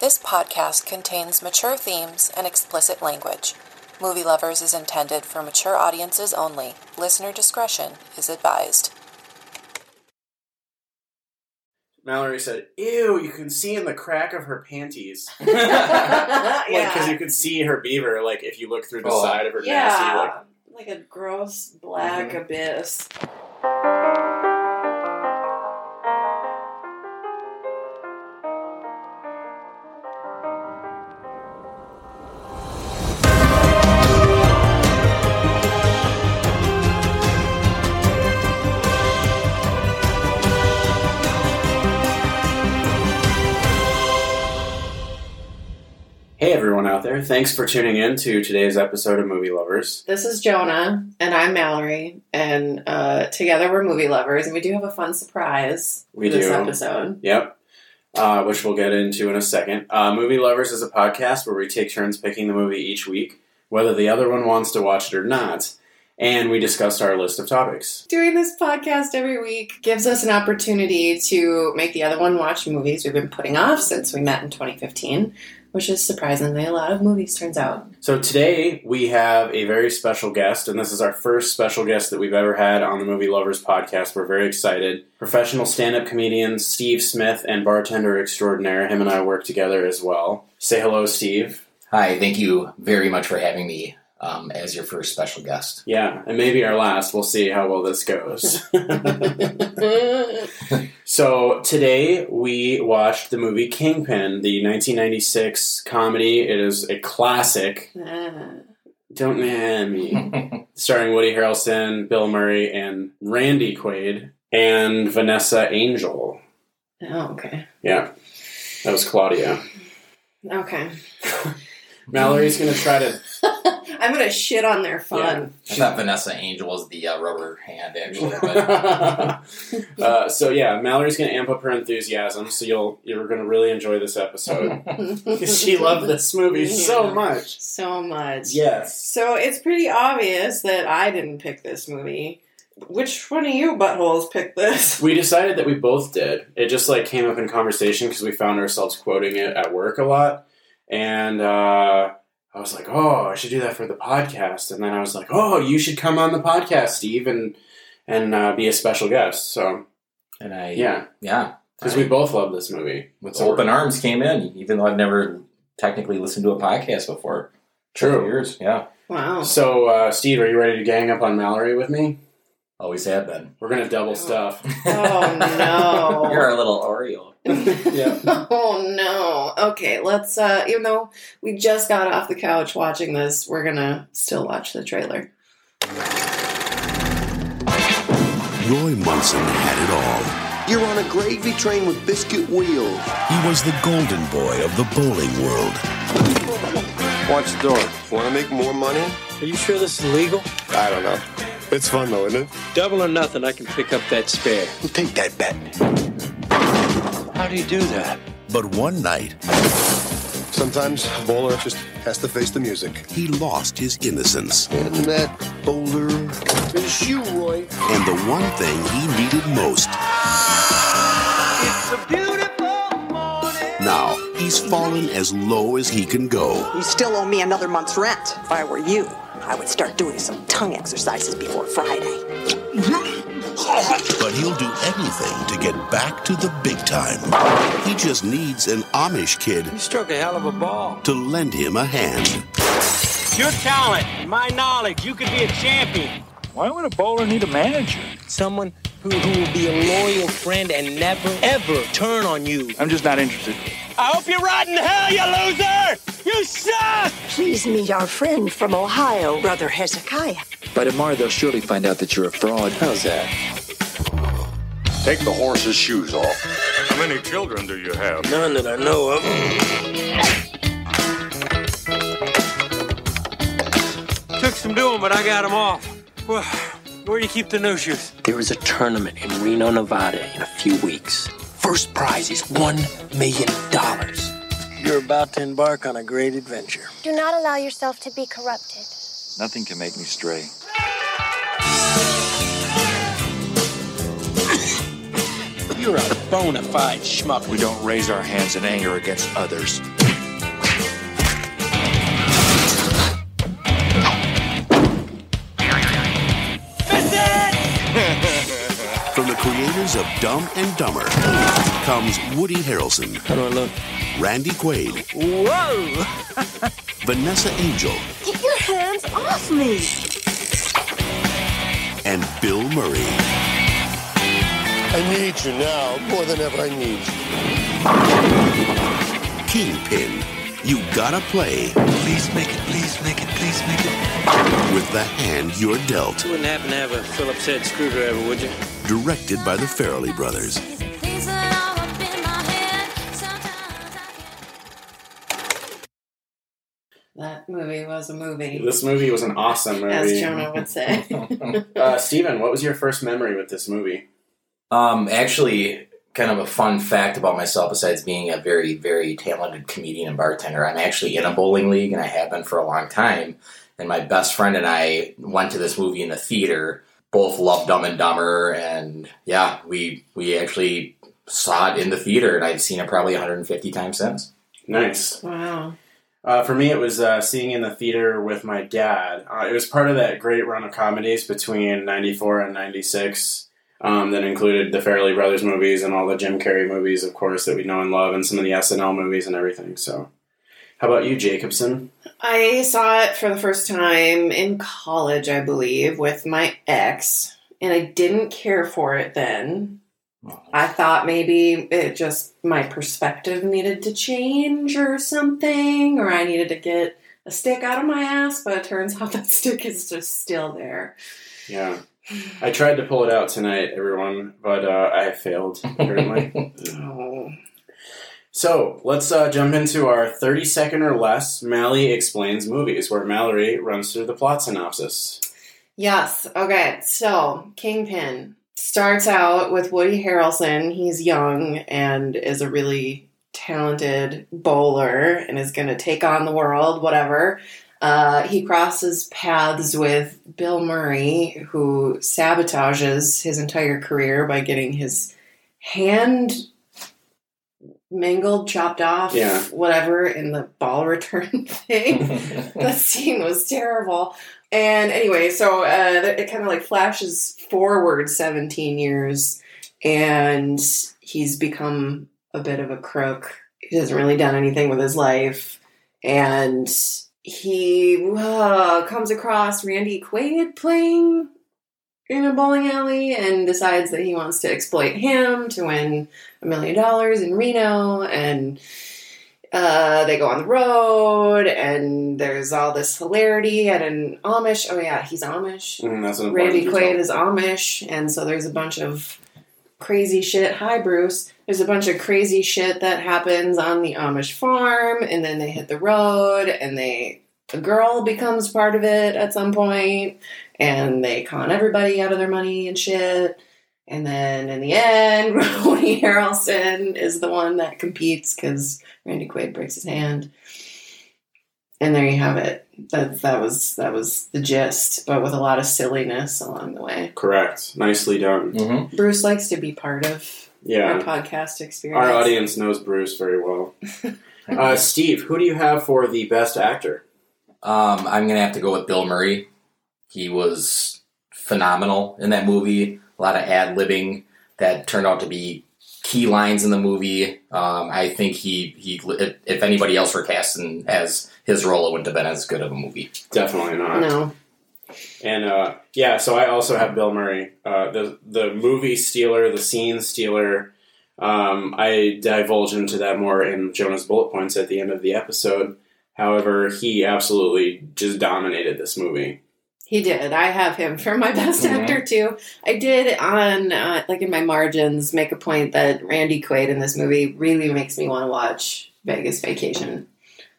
This podcast contains mature themes and explicit language. Movie Lovers is intended for mature audiences only. Listener discretion is advised. Mallory said, "Ew, you can see in the crack of her panties, yeah. because you could see her beaver. Like if you look through the Oh. side of her nasty, like yeah. Like a gross black abyss. Hey everyone out there, thanks for tuning in to today's episode of Movie Lovers. This is Jonah, and I'm Mallory, and uh, together we're movie lovers, and we do have a fun surprise We for this do. episode. Yep. Uh, which we'll get into in a second. Uh, movie Lovers is a podcast where we take turns picking the movie each week, whether the other one wants to watch it or not, and we discuss our list of topics. Doing this podcast every week gives us an opportunity to make the other one watch movies we've been putting off since we met in 2015, which is surprisingly a lot of movies, turns out. So today we have a very special guest, and this is our first special guest that we've ever had on the Movie Lovers podcast. We're very excited. Professional stand up comedian Steve Smith and bartender extraordinaire. Him and I work together as well. Say hello, Steve. Hi, thank you very much for having me um, as your first special guest. Yeah, and maybe our last. We'll see how well this goes. Uh, so today we watched the movie Kingpin, the 1996 comedy. It is a classic. Ah. Don't nah me. Starring Woody Harrelson, Bill Murray, and Randy Quaid, and Vanessa Angel. oh, okay. Yeah, that was Claudia. Okay. Mallory's gonna try to. I'm going to shit on their fun. I thought Vanessa Angel was the uh, rubber hand, actually. But uh, so yeah, Mallory's gonna amp up her enthusiasm. So you'll you're gonna really enjoy this episode. she loved this movie so Yeah. much. so much. Yes. So it's pretty obvious that I didn't pick this movie. Which one of you buttholes picked this? We decided that we both did. It just like came up in conversation because we found ourselves quoting it at work a lot. And uh, I was like, oh, I should do that for the podcast. And then I was like, oh, you should come on the podcast, Steve, and and uh, be a special guest. So and I, yeah, yeah, because we both love this movie. with open arms came in, even though I've never technically listened to a podcast before. True. years, yeah, Wow. So uh, Steve, are you ready to gang up on Mallory with me? always have been. We're gonna double stuff. Oh You're no. our little Oreo. yeah. Oh no. Okay, let's uh even though we just got off the couch watching this, we're gonna still watch the trailer. Roy Munson had it all. You're on a gravy train with biscuit wheels. He was the golden boy of the bowling world. Watch the door. Want to make more money? Are you sure this is legal? I don't know. It's fun though, isn't it? Double or nothing, I can pick up that spare. We'll take that bet. How do you do that? But one night, Sometimes a bowler just has to face the music. he lost his innocence And that bowler is you, Roy. and the one thing he needed most. Now, he's fallen as low as he can go. You still owe me another month's rent. If I were you, I would start doing some tongue exercises before Friday. But he'll do anything to get back to the big time. He just needs an Amish kid You struck a hell of a ball. to lend him a hand. Your talent, my knowledge, you could be a champion. Why would a bowler need a manager? Someone who, who will be a loyal friend and never, ever turn on you. I'm just not interested. I hope you're rotten hell, you loser! You suck! Please meet our friend from Ohio, Brother Hezekiah. By tomorrow, they'll surely find out that you're a fraud. How's that? Take the horse's shoes off. How many children do you have? None that I know of. Took some doing, but I got him off. Well, where do you keep the no shoes? There is a tournament in Reno, Nevada in a few weeks. First prize is $1 million. You're about to embark on a great adventure. Do not allow yourself to be corrupted. Nothing can make me stray. You're a bona fide schmuck. We don't raise our hands in anger against others. From the creators of Dumb and Dumber comes Woody Harrelson. How do I look? Randy Quaid. Whoa! Vanessa Angel Get your hands off me! and Bill Murray. I need you now more than ever. I need you. Kingpin. You gotta play Please make it, please make it, please make it. with the hand you're dealt. You wouldn't happen to have a Phillips head screwdriver, would you? Directed by the Farrelly brothers. That movie was a movie. This movie was an awesome movie. As Jonah would say. uh, Steven, what was your first memory with this movie? Um, actually, kind of a fun fact about myself, besides being a very, very talented comedian and bartender, I'm actually in a bowling league and I have been for a long time. And my best friend and I went to this movie in the theater. Both love Dumb and Dumber, and yeah, we we actually saw it in the theater, and I've seen it probably 150 times since. Nice. wow. Uh, for me, it was uh, seeing in the theater with my dad. Uh, it was part of that great run of comedies between '94 and '96 um, that included the Farrelly Brothers movies and all the Jim Carrey movies, of course, that we know and love, and some of the SNL movies and everything. So, how about you, Jacobson? I saw it for the first time in college, I believe, with my ex, and I didn't care for it then. I thought maybe it just my perspective needed to change or something, or I needed to get a stick out of my ass, but it turns out that stick is just still there. Yeah, I tried to pull it out tonight, everyone, but uh, I failed apparently. Oh. so let's uh, jump into our 30 second or less Mally explains movies, where Mallory runs through the plot synopsis. Yes. Okay. So Kingpin starts out with Woody Harrelson. He's young and is a really talented bowler and is going to take on the world, whatever. Uh, he crosses paths with Bill Murray, who sabotages his entire career by getting his hand mangled, chopped off, Yeah. whatever, in the ball return thing that scene was terrible. And anyway, so uh, th- it kind of like flashes forward 17 years, and he's become a bit of a crook. He hasn't really done anything with his life, and he uh, comes across Randy Quaid playing in a bowling alley and decides that he wants to exploit him to win a million dollars in Reno and uh, they go on the road, and there's all this hilarity at an Amish. Oh yeah, he's Amish. Mm, that's an important Randy detail. Quaid is Amish, and so there's a bunch of crazy shit. Hi, Bruce. There's a bunch of crazy shit that happens on the Amish farm, and then they hit the road, and they a girl becomes part of it at some point, and they con everybody out of their money and shit. And then in the end, Woody Harrelson is the one that competes because Randy Quaid breaks his hand. And there you have it. That that was that was the gist, but with a lot of silliness along the way. Correct. Nicely done. Mm-hmm. Bruce likes to be part of our Yeah. podcast experience. Our audience knows Bruce very well. Uh, Steve, who do you have for the best actor? Um, I'm gonna have to go with Bill Murray. He was phenomenal in that movie. A lot of ad libbing that turned out to be key lines in the movie. Um, I think he he if if anybody else were casting as his role, it wouldn't have been as good of a movie. Definitely not. No, And uh, yeah, so I also have Bill Murray, uh, the the movie stealer, the scene stealer. Um, I divulge into that more in Jonah's bullet points at the end of the episode. However, he absolutely just dominated this movie. he did. I have him for my best Mhm. actor too. I did on uh, like in my margins make a point that Randy Quaid in this movie really makes me want to watch Vegas Vacation.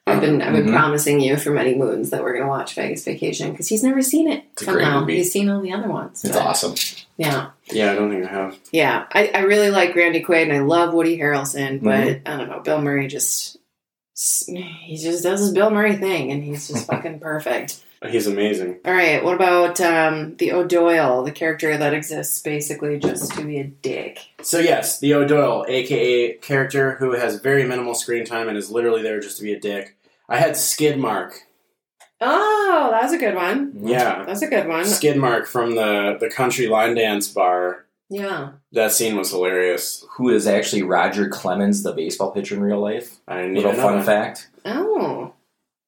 I've been I've been Mhm. promising you for many moons that we're going to watch Vegas Vacation because he's never seen it. It's a great somehow movie. he's seen all the other ones. It's but- awesome. Yeah. Yeah, I don't think I have. Yeah, I, I really like Randy Quaid and I love Woody Harrelson, but I don't know, Bill Murray just s- he just does his Bill Murray thing, and he's just fucking perfect. He's amazing. All right, what about um, the O'Doyle, the character that exists basically just to be a dick? So yes, the O'Doyle, aka character who has very minimal screen time and is literally there just to be a dick. I had Skidmark. Oh, that was a good one. Yeah. That's a good one. Skidmark from the the country line dance bar. Yeah. That scene was hilarious. Who is actually Roger Clemens, the baseball pitcher in real life? I didn't Little even know fun that. fact Oh.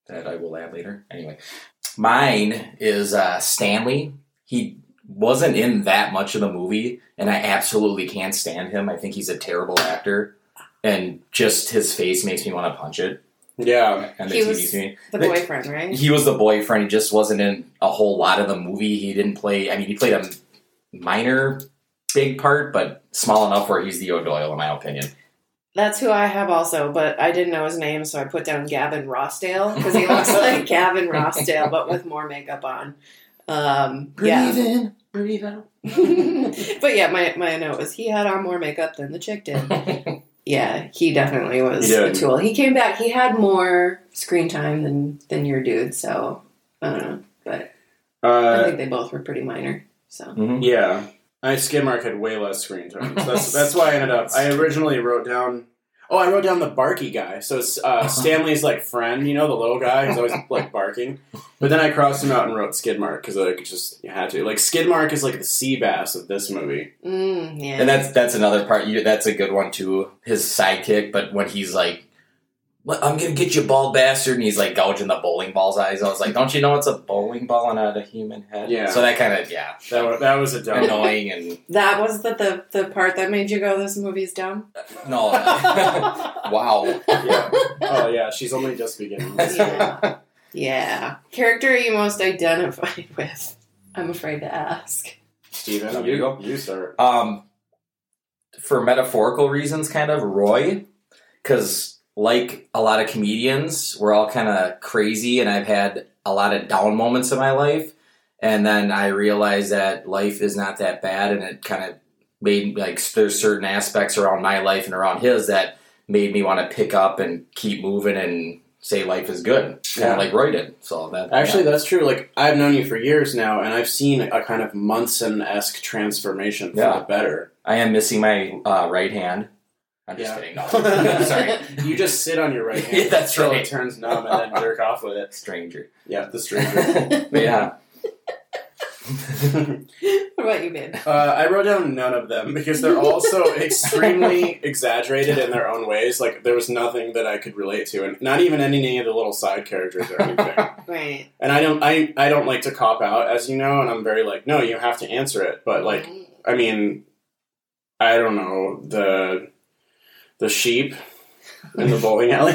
that I will add later. Anyway, mine is uh, Stanley. He wasn't in that much of the movie, and I absolutely can't stand him. I think he's a terrible actor, and just his face makes me want to punch it. Yeah, and the He TV was screen. the They- boyfriend, right? He was the boyfriend. He just wasn't in a whole lot of the movie. He didn't play. I mean, he played a minor, big part, but small enough where he's the O'Doyle, in my opinion. That's who I have also, but I didn't know his name, so I put down Gavin Rossdale because he looks like Gavin Rossdale, but with more makeup on. Um, yeah, in, breathe out. but yeah, my my note was he had on more makeup than the chick did. yeah, he definitely was He did. a tool. He came back. He had more screen time than than your dude. So I don't know, but I Uh, think they both were pretty minor. So Mm-hmm. yeah. I Skidmark had way less screen time. So that's that's why I ended up. I originally wrote down. Oh, I wrote down the barky guy. So it's, uh, Stanley's like friend, you know, the little guy who's always like barking. But then I crossed him out and wrote Skidmark because I could just you had to. Like Skidmark is like the sea bass of this movie. mm, yeah, And that's that's another part. You, that's a good one too. His sidekick, but when he's like, "What? I'm gonna get you, bald bastard," and he's like gouging the bowling ball's eyes. I was like, "Don't you know it's a bowling ball and not a human head?" Yeah. So that kind of yeah, That wa- that was a dumb. annoying and that was the, the the part that made you go, "This movie's dumb." no. wow. yeah. Oh yeah, she's only just beginning. Yeah. yeah. Character you most identified with? I'm afraid to ask. Steven, You you go. you start. Um, for metaphorical reasons, kind of Roy, because like a lot of comedians, we're all kind of crazy, and I've had a lot of down moments in my life, and then I realized that life is not that bad, and it kind of made like there's certain aspects around my life and around his that made me want to pick up and keep moving and say life is good, kind Yeah. of like Roy did. So that Actually, that's true. Like I've known you for years now, and I've seen a kind of Munson esque transformation for Yeah. the better. I am missing my uh, right hand. I'm just Yeah. kidding. No, sorry. You just sit on your right hand Yeah, that's until right. it turns numb and then jerk off with it. Stranger. Yeah, the stranger. But yeah, What about you, babe? uh, I wrote down none of them because they're all so extremely exaggerated in their own ways. Like there was nothing that I could relate to, and not even any of the little side characters or anything. Right. and I don't I, I don't like to cop out as you know and I'm very like no you have to answer it but like I mean I don't know the the sheep in the bowling alley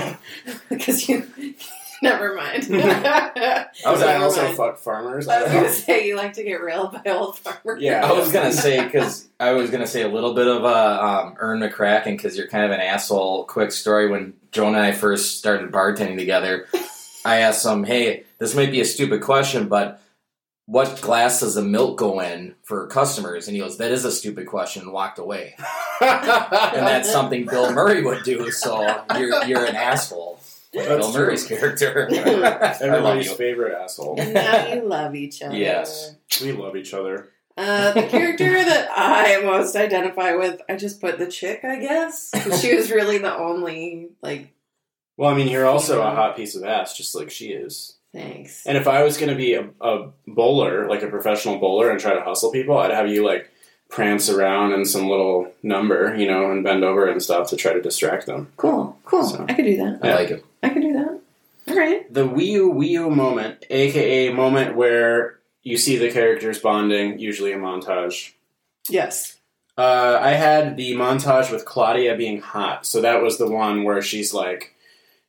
Because you. Never mind. I was I Never also mind. fuck farmers I I was don't gonna know. say you like to get railed by old farmers. yeah I was gonna say because I was gonna say a little bit of uh, um, Earn McCracken because you're kind of an asshole. Quick story: when Joan and I first started bartending together, I asked him, "Hey, this might be a stupid question, but what glass does the milk go in for customers?" And he goes, "That is a stupid question," and walked away. and that's something Bill Murray would do. So you're you're an asshole. Like That's Bill true. Murray's character. I love everybody's you. favorite asshole And now you love each other. Yes. we love each other Uh, the character that I most identify with, I just put the chick, I guess. She was really the only, like, well I mean you're also a hot piece of ass just like she is thanks. and if I was gonna be a, a bowler like a professional bowler and try to hustle people I'd have you like prance around in some little number you know and bend over and stuff to try to distract them Cool, cool. So- I could do that. I like it. I could do that. All right. the Wii U Wii U moment, aka moment where you see the characters bonding, usually a montage. Yes. Uh, I had the montage with Claudia being hot, so that was the one where she's like,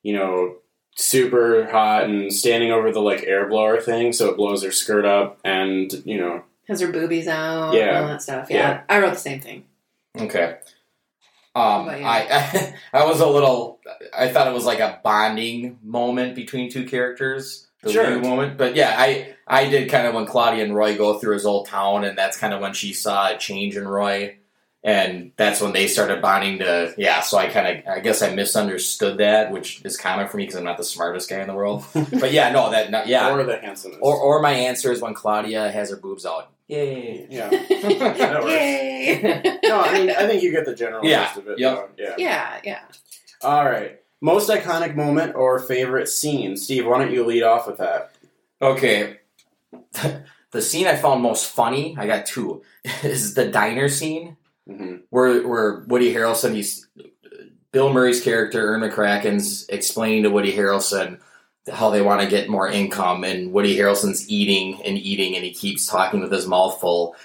you know, super hot and standing over the like air blower thing, so it blows her skirt up, and you know, Has her boobies out Yeah. and all that stuff. Yeah. Yeah. I wrote the same thing. Okay. Um, about you? I, I I was a little. I thought it was like a bonding moment between two characters. The Sure. new moment, but yeah, I I did kind of when Claudia and Roy go through his old town, and that's kind of when she saw a change in Roy, and that's when they started bonding to yeah so i kind of i guess i misunderstood that which is common for me because i'm not the smartest guy in the world but yeah no that not, yeah Or the handsomest. or, or my answer is when claudia has her boobs out yay yeah That works. Yay! no, I mean, I think you get the general Yeah. gist of it. Yep. though. Yeah. yeah, yeah. All right. Most iconic moment or favorite scene? Steve, why don't you lead off with that? Okay. the scene I found most funny, I got two, is the diner scene Mhm. where where Woody Harrelson, he's Bill Murray's character, Ernie McCracken's explaining to Woody Harrelson how they want to get more income, and Woody Harrelson's eating and eating, and he keeps talking with his mouth full,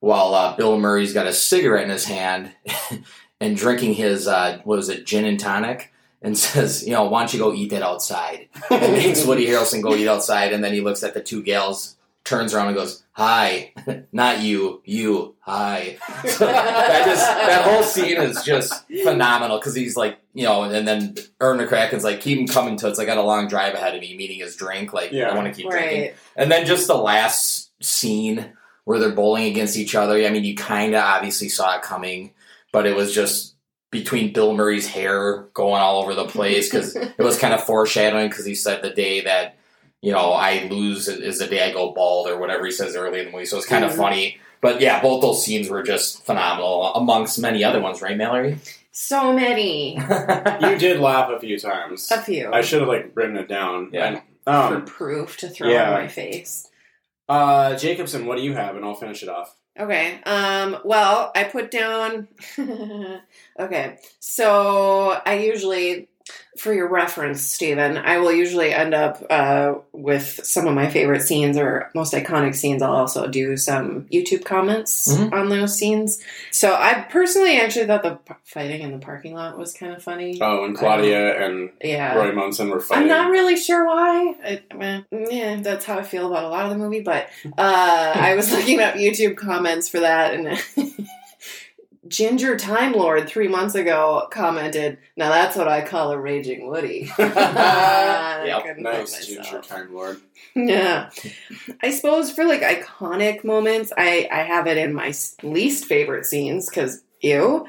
while uh, Bill Murray's got a cigarette in his hand and drinking his uh, what was it, gin and tonic, and says, you know, why don't you go eat that outside? and makes Woody Harrelson go eat outside, and then he looks at the two gals, turns around and goes, "Hi, not you, you, hi." So that just that whole scene is just phenomenal because he's like, you know, and then Erna Kraken's like, "Keep him coming till it's like got a long drive ahead of me, meaning his drink. Like, Yeah. I want to keep Right. drinking." And then just the last scene where they're bowling against each other. I mean, you kind of obviously saw it coming, but it was just between Bill Murray's hair going all over the place because it was kind of foreshadowing because he said the day that you know I lose is the day I go bald or whatever he says early in the movie. So it's kind of Mhm. funny. But yeah, both those scenes were just phenomenal, amongst many other ones, right, Mallory? So many. You did laugh a few times. A few. I should have like written it down. Yeah. I- for um, proof to throw yeah. in my face. uh, Jacobson, what do you have? And I'll finish it off. Okay. Um, well, I put down. okay. So I usually, for your reference, Stephen, I will usually end up uh, with some of my favorite scenes or most iconic scenes. I'll also do some YouTube comments Mm-hmm. Mhm. on those scenes. So I personally actually thought the p- fighting in the parking lot was kind of funny. Oh, and Claudia and yeah. Roy Munson were I'm fighting. not really sure why. I, well, yeah, that's how I feel about a lot of the movie. But uh, I was looking up YouTube comments for that, and Ginger Time Lord three months ago commented, "Now that's what I call a raging Woody." Ah, I Yep, couldn't help nice, Ginger myself. Time Lord. Yeah, I suppose for like iconic moments, I I have it in my s- least favorite scenes because ew,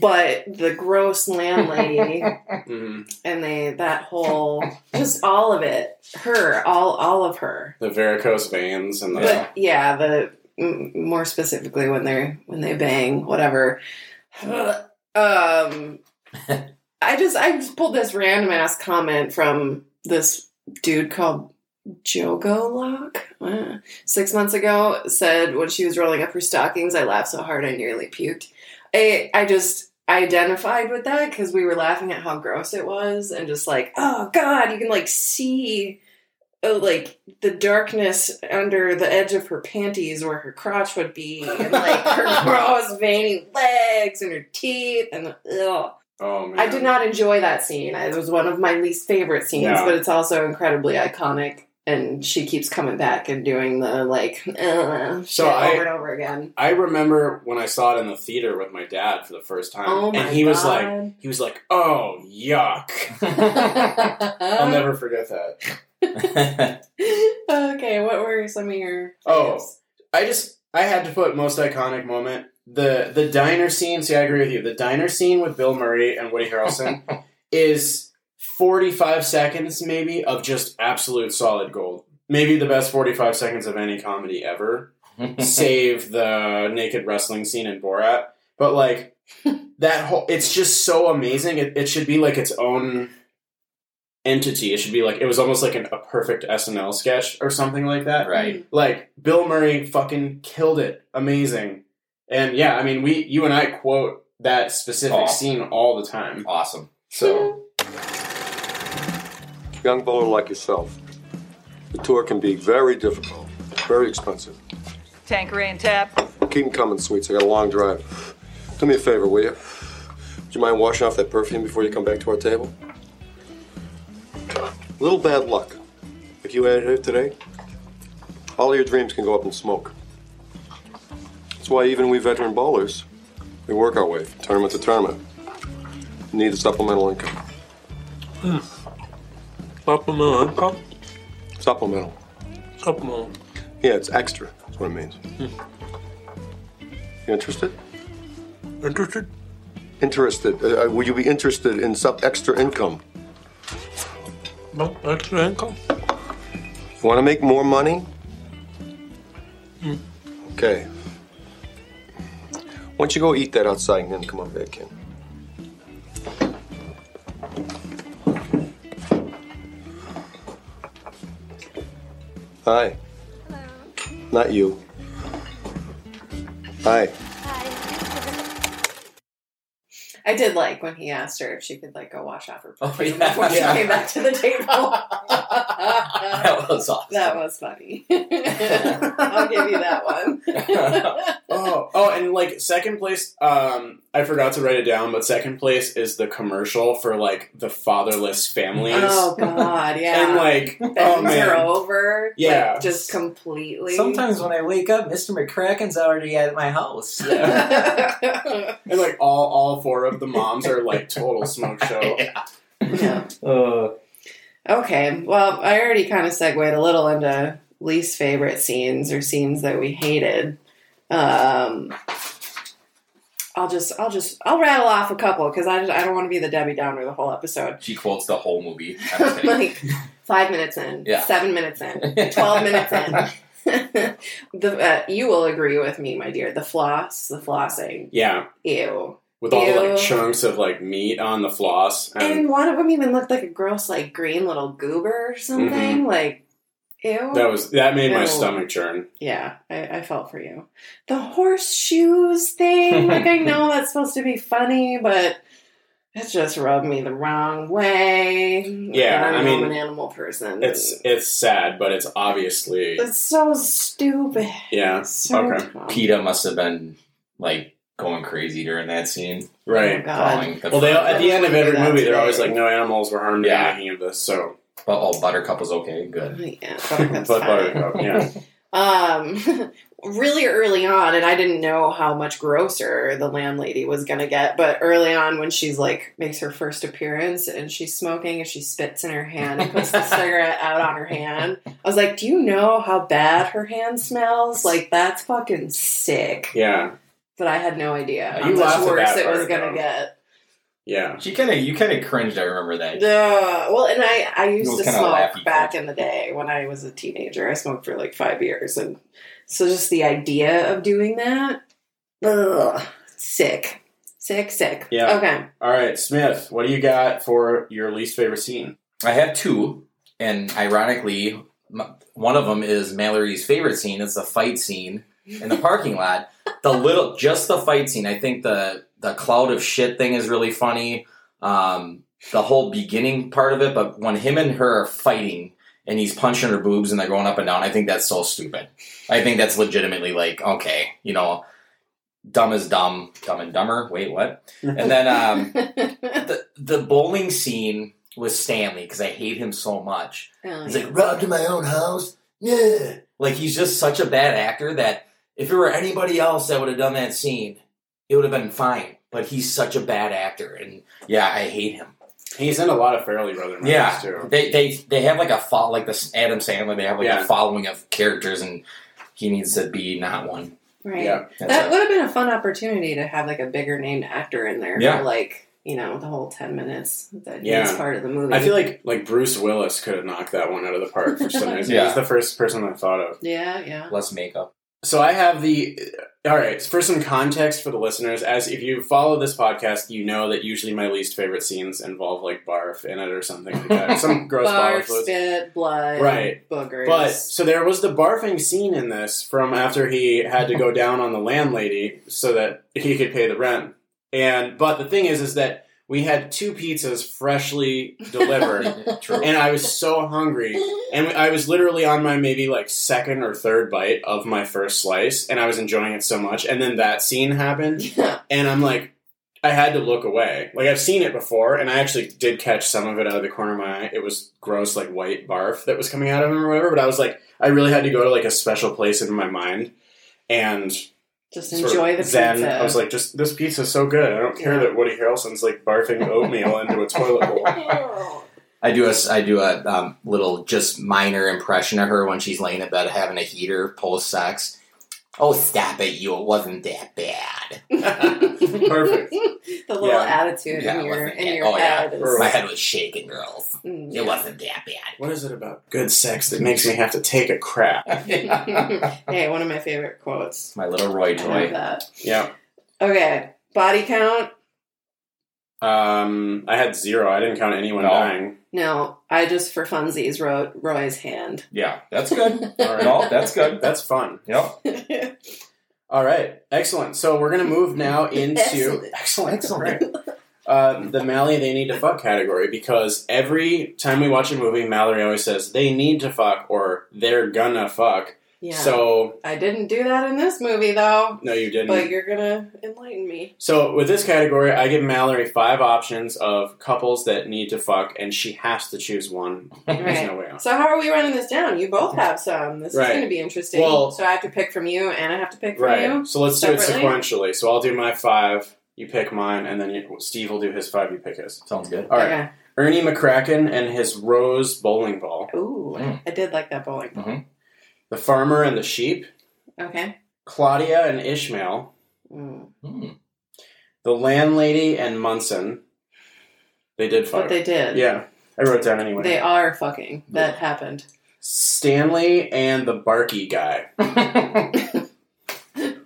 but the gross landlady Mhm. and they that whole just all of it her all all of her The varicose veins and the. but yeah the m- more specifically when they're when they bang whatever um i just i just pulled this random ass comment from this dude called Jogo Lock uh, six months ago said when she was rolling up her stockings, I laughed so hard I nearly puked. I I just identified with that because we were laughing at how gross it was and just like oh god, you can like see uh, like the darkness under the edge of her panties where her crotch would be and like her gross veiny legs and her teeth and ugh. oh man. I did not enjoy that scene. It was one of my least favorite scenes, Yeah. but it's also incredibly iconic. And she keeps coming back and doing the like uh, shit I- over and over again. I remember when I saw it in the theater with my dad for the first time, Oh my and he was like, God. he was like, "Oh yuck!" I'll never forget that. okay, what were some of your? Oh. faves? I just I had to put most iconic moment the the diner scene. See, I agree with you. The diner scene with Bill Murray and Woody Harrelson is forty five seconds maybe of just absolute solid gold. Maybe the best forty five seconds of any comedy ever. save the naked wrestling scene in Borat, but like that whole it's just so amazing. It, it should be like its own entity. It should be like it was almost like an, a perfect SNL sketch or something like that. right. Like Bill Murray fucking killed it. Amazing. And yeah, I mean we you and I quote that specific Aw. scene all the time. Awesome. So young bowler like yourself. The tour can be very difficult, very expensive. Tankeray and Tap. Keep 'em coming, sweets. I got a long drive. Do me a favor, will you? Would you mind washing off that perfume before you come back to our table? Little bad luck. If you had it today, all your dreams can go up in smoke. That's why even we veteran bowlers, we work our way from tournament to tournament. Need a supplemental income. Supplemental income? Supplemental. Supplemental. Hmm. Yeah, it's extra. That's what it means. You interested? Interested? Interested. Uh, uh, would you be interested in some extra income? No, extra income. Want to make more money? Hmm. Okay. Why don't you go eat that outside and then come on back in? Hi. Not you. Hi. I did like when he asked her if she could like go wash off her Oh, perfume yeah. before she Yeah. came back to the table. that was awesome. That was funny. I'll give you that one. oh, oh, and like second place, um, I forgot to write it down, but second place is the commercial for like the fatherless families. Oh God, yeah. And like, oh Things are man, over. Yeah. like, just completely. Sometimes when I wake up, Mr. McCracken's already at my house. and like all all four of the moms are like total smoke show. Okay, well, I already kind of segued a little into least favorite scenes or scenes that we hated. Um, I'll just, I'll just, I'll rattle off a couple because I, just- I don't want to be the Debbie Downer the whole episode. She quotes the whole movie. like five minutes in, Yeah. seven minutes in, twelve minutes in. the, uh, you will agree with me, my dear. The floss, the flossing. Yeah, Ew. with all the Ew. like chunks of like meat on the floss, and Mm-hmm. And one of them even looked like a gross, like green little goober or something. Like, ew. that was that made my Ew. stomach churn. Yeah, I, I felt for you. The horseshoes thing. Like, I know that's supposed to be funny, but it just rubbed me the wrong way. Yeah, I I'm mean, an animal person. It's it's sad, but it's obviously It's so stupid. yeah. So okay. PETA must have been like going crazy during that scene. Oh Right. Following the- well, they all- at the end of every That movie, they're today. always like, "No animals were harmed in Yeah. the making of this." So, but all Buttercup was okay. Good. Oh, Yeah, but Buttercup, yeah. Um, really early on, and I didn't know how much grosser the landlady was going to get, but early on when she's like makes her first appearance and she's smoking and she spits in her hand and puts the cigarette out on her hand, I was like, "Do you know how bad her hand smells? Like that's fucking sick." yeah, But I had no idea Uh, how you much laughed at worse that it was part, going though. to get. yeah. She kind of you kind of cringed. I remember that. Uh, well, and I, I used was to kinda smoke laughy. back in the day when I was a teenager. I smoked for like five years. And so just the idea of doing that, ugh, sick. Sick, sick. Yeah. Okay. All right, Smith, what do you got for your least favorite scene? I have two, and ironically, m- one of them is Mallory's favorite scene. It's the fight scene in the parking lot. The little, just the fight scene. I think the the cloud of shit thing is really funny. Um, the whole beginning part of it, but when him and her are fighting and he's punching her boobs and they're going up and down, I think that's so stupid. I think that's legitimately like okay, you know, dumb is dumb, dumb and dumber. Wait, what? And then um, the the bowling scene with Stanley because I hate him so much. Oh, He's like robbed in my own house. Yeah, like he's just such a bad actor that if it were anybody else that would have done that scene, it would have been fine. But he's such a bad actor, and yeah, I hate him. He's in a lot of Fairly Brother movies Yeah, too. they they they have like a follow like this Adam Sandler. They have like Yeah. a following of characters, and he needs to be not one. Right. Yeah, that that's it. would have been a fun opportunity to have like a bigger named actor in there Yeah. for like, you know, the whole 10 minutes that Yeah. he's part of the movie. I feel like like Bruce Willis could have knocked that one out of the park for some reason. Yeah. He's the first person I thought of. Yeah, yeah. Less makeup. So I have the all right for some context for the listeners. As if you follow this podcast, you know that usually my least favorite scenes involve like barf in it or something like that, some gross Barf, barf. fluids. spit, blood, Right. boogers. But so there was the barfing scene in this from after he had to go down on the landlady so that he could pay the rent. And but the thing is, is that we had two pizzas freshly delivered, True. and I was so hungry, and I was literally on my maybe like second or third bite of my first slice, and I was enjoying it so much. And then that scene happened, and I'm like. I had to look away. Like I've seen it before, and I actually did catch some of it out of the corner of my eye. It was gross, like white barf that was coming out of him or whatever. But I was like, I really had to go to like a special place in my mind and just sort of enjoy the zen. pizza. I was like, just this pizza's so good. I don't care that Woody Harrelson's like barfing oatmeal into a toilet bowl. I do a s- I do a um, little just minor impression of her when she's laying in bed having a heater post sex. Oh, stop it, you. It wasn't that bad. Perfect. the little attitude Yeah, it in your wasn't in that- your oh, head. Yeah. is- My head was shaking, girls. Mm, It wasn't that bad. What is it about good sex that makes me have to take a crap? hey, one of my favorite quotes. My little Roy I love that. Yeah. Okay, body count. Um, I had zero. I didn't count anyone dying. No, I just for funsies wrote Roy's hand. Yeah, that's good. All right. No, that's good. That's fun. Yep. All right. Excellent. So we're going to move now into excellent. Excellent. Uh, the Mally they need to fuck category because every time we watch a movie, Mallory always says they need to fuck or they're gonna fuck. Yeah. So I didn't do that in this movie though. no, you didn't. But you're gonna enlighten me. So with this category, I give Mallory five options of couples that need to fuck, and she has to choose one. There's no way out. So how are we running this down? You both have some. This Right. is gonna be interesting. Well- so I have to pick from you and I have to pick from you. Right. So let's do it separately? sequentially. So I'll do my five, you pick mine, and then you, Steve will do his five, you pick his. Sounds good. All right. Okay. Ernie McCracken and his rose bowling ball. Ooh, Mm. I did like that bowling. The farmer and the sheep. Mm-hmm. Okay. Claudia and Ishmael. Mm. Hmm. The landlady and Munson. They did fuck. But they did. Yeah. I wrote it down anyway. They are fucking. That happened. Stanley and the Barky guy.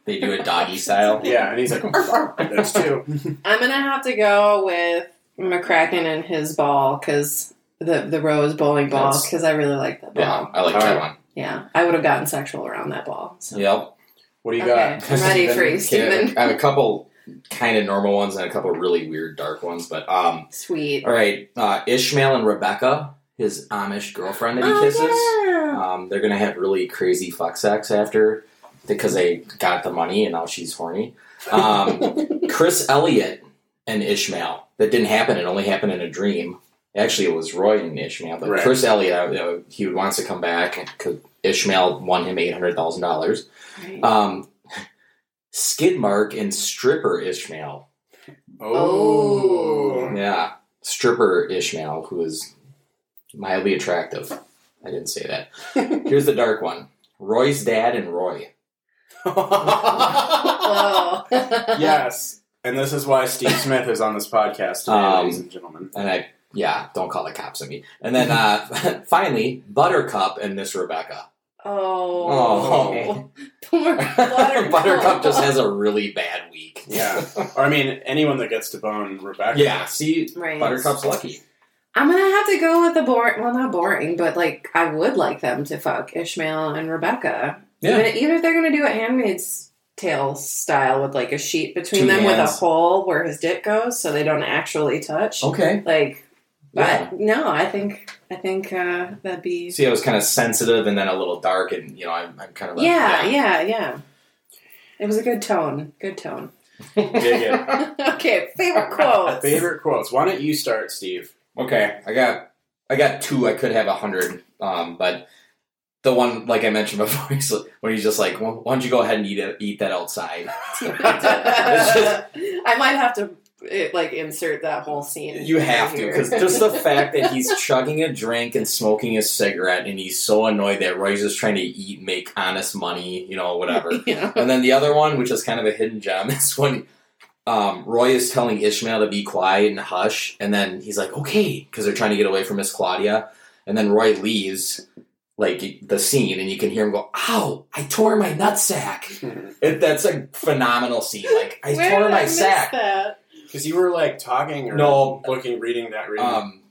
they do it doggy style. Yeah, and he's like, that's two. I'm gonna have to go with McCracken and his ball because the the rose bowling ball That's- because I really like that ball. Yeah, I like that one. Yeah, I would have gotten sexual around that ball. So. Yep. What do you Okay, got? I'm ready for you, Steven. I have a couple kind of normal ones and a couple really weird dark ones, but um, Sweet. all right. Uh, Ishmael and Rebecca, his Amish girlfriend Oh, that he kisses. Um, they're gonna have really crazy fuck sex after because they got the money and now she's horny. Um, Chris Elliott and Ishmael. That didn't happen. It only happened in a dream. Actually, it was Roy and Ishmael, but Right. Chris Elliott, uh, he wants to come back because Ishmael won him eight hundred thousand dollars. Um, Skidmark and stripper Ishmael. Oh. Yeah, stripper Ishmael, who is mildly attractive. I didn't say that. Here's the dark one: Roy's dad and Roy. Oh. yes. And this is why Steve Smith is on this podcast today, Um, ladies and gentlemen. And I, yeah, don't call the cops on me. And then uh, finally, Buttercup and Miss Rebecca. Oh. Buttercup. just has a really bad week. Yeah. or I mean, anyone that gets to bone Rebecca. Yeah, see, Right. Buttercup's lucky. I'm gonna have to go with the boring. Well, not boring, but like I would like them to fuck Ishmael and Rebecca. Yeah. Even, even if they're gonna do it Handmaid's Tale style with like a sheet between Two them with a hands. hole where his dick goes, so they don't actually touch. Okay. Like, Yeah. but no, I think I think uh, that'd be. See, I was kind of sensitive and then a little dark, and you know, I'm, I'm kind of like, yeah, yeah, yeah, It was a good tone. Good tone. Dig it. okay, favorite quote. Favorite quotes. Why don't you start, Steve? Okay, I got I got two. I could have a hundred, um, but the one like I mentioned before, he's like- when he's just like, "Why don't you go ahead and eat it, eat that outside?" I might have to eh, like insert that whole scene. You have to here. because just the fact that he's chugging a drink and smoking a cigarette, and he's so annoyed that Roy's just trying to eat, make honest money, you know, whatever. Yeah. And then the other one, which is kind of a hidden gem, is when um, Roy is telling Ishmael to be quiet and hush, and then he's like, "Okay," because they're trying to get away from Miss Claudia, and then Roy leaves like the scene, and you can hear him go, "Ow, I tore my nutsack." it, that's a phenomenal scene. Like I Where tore did my miss sack. that? Because you were like talking or No. looking, reading that reading. Um,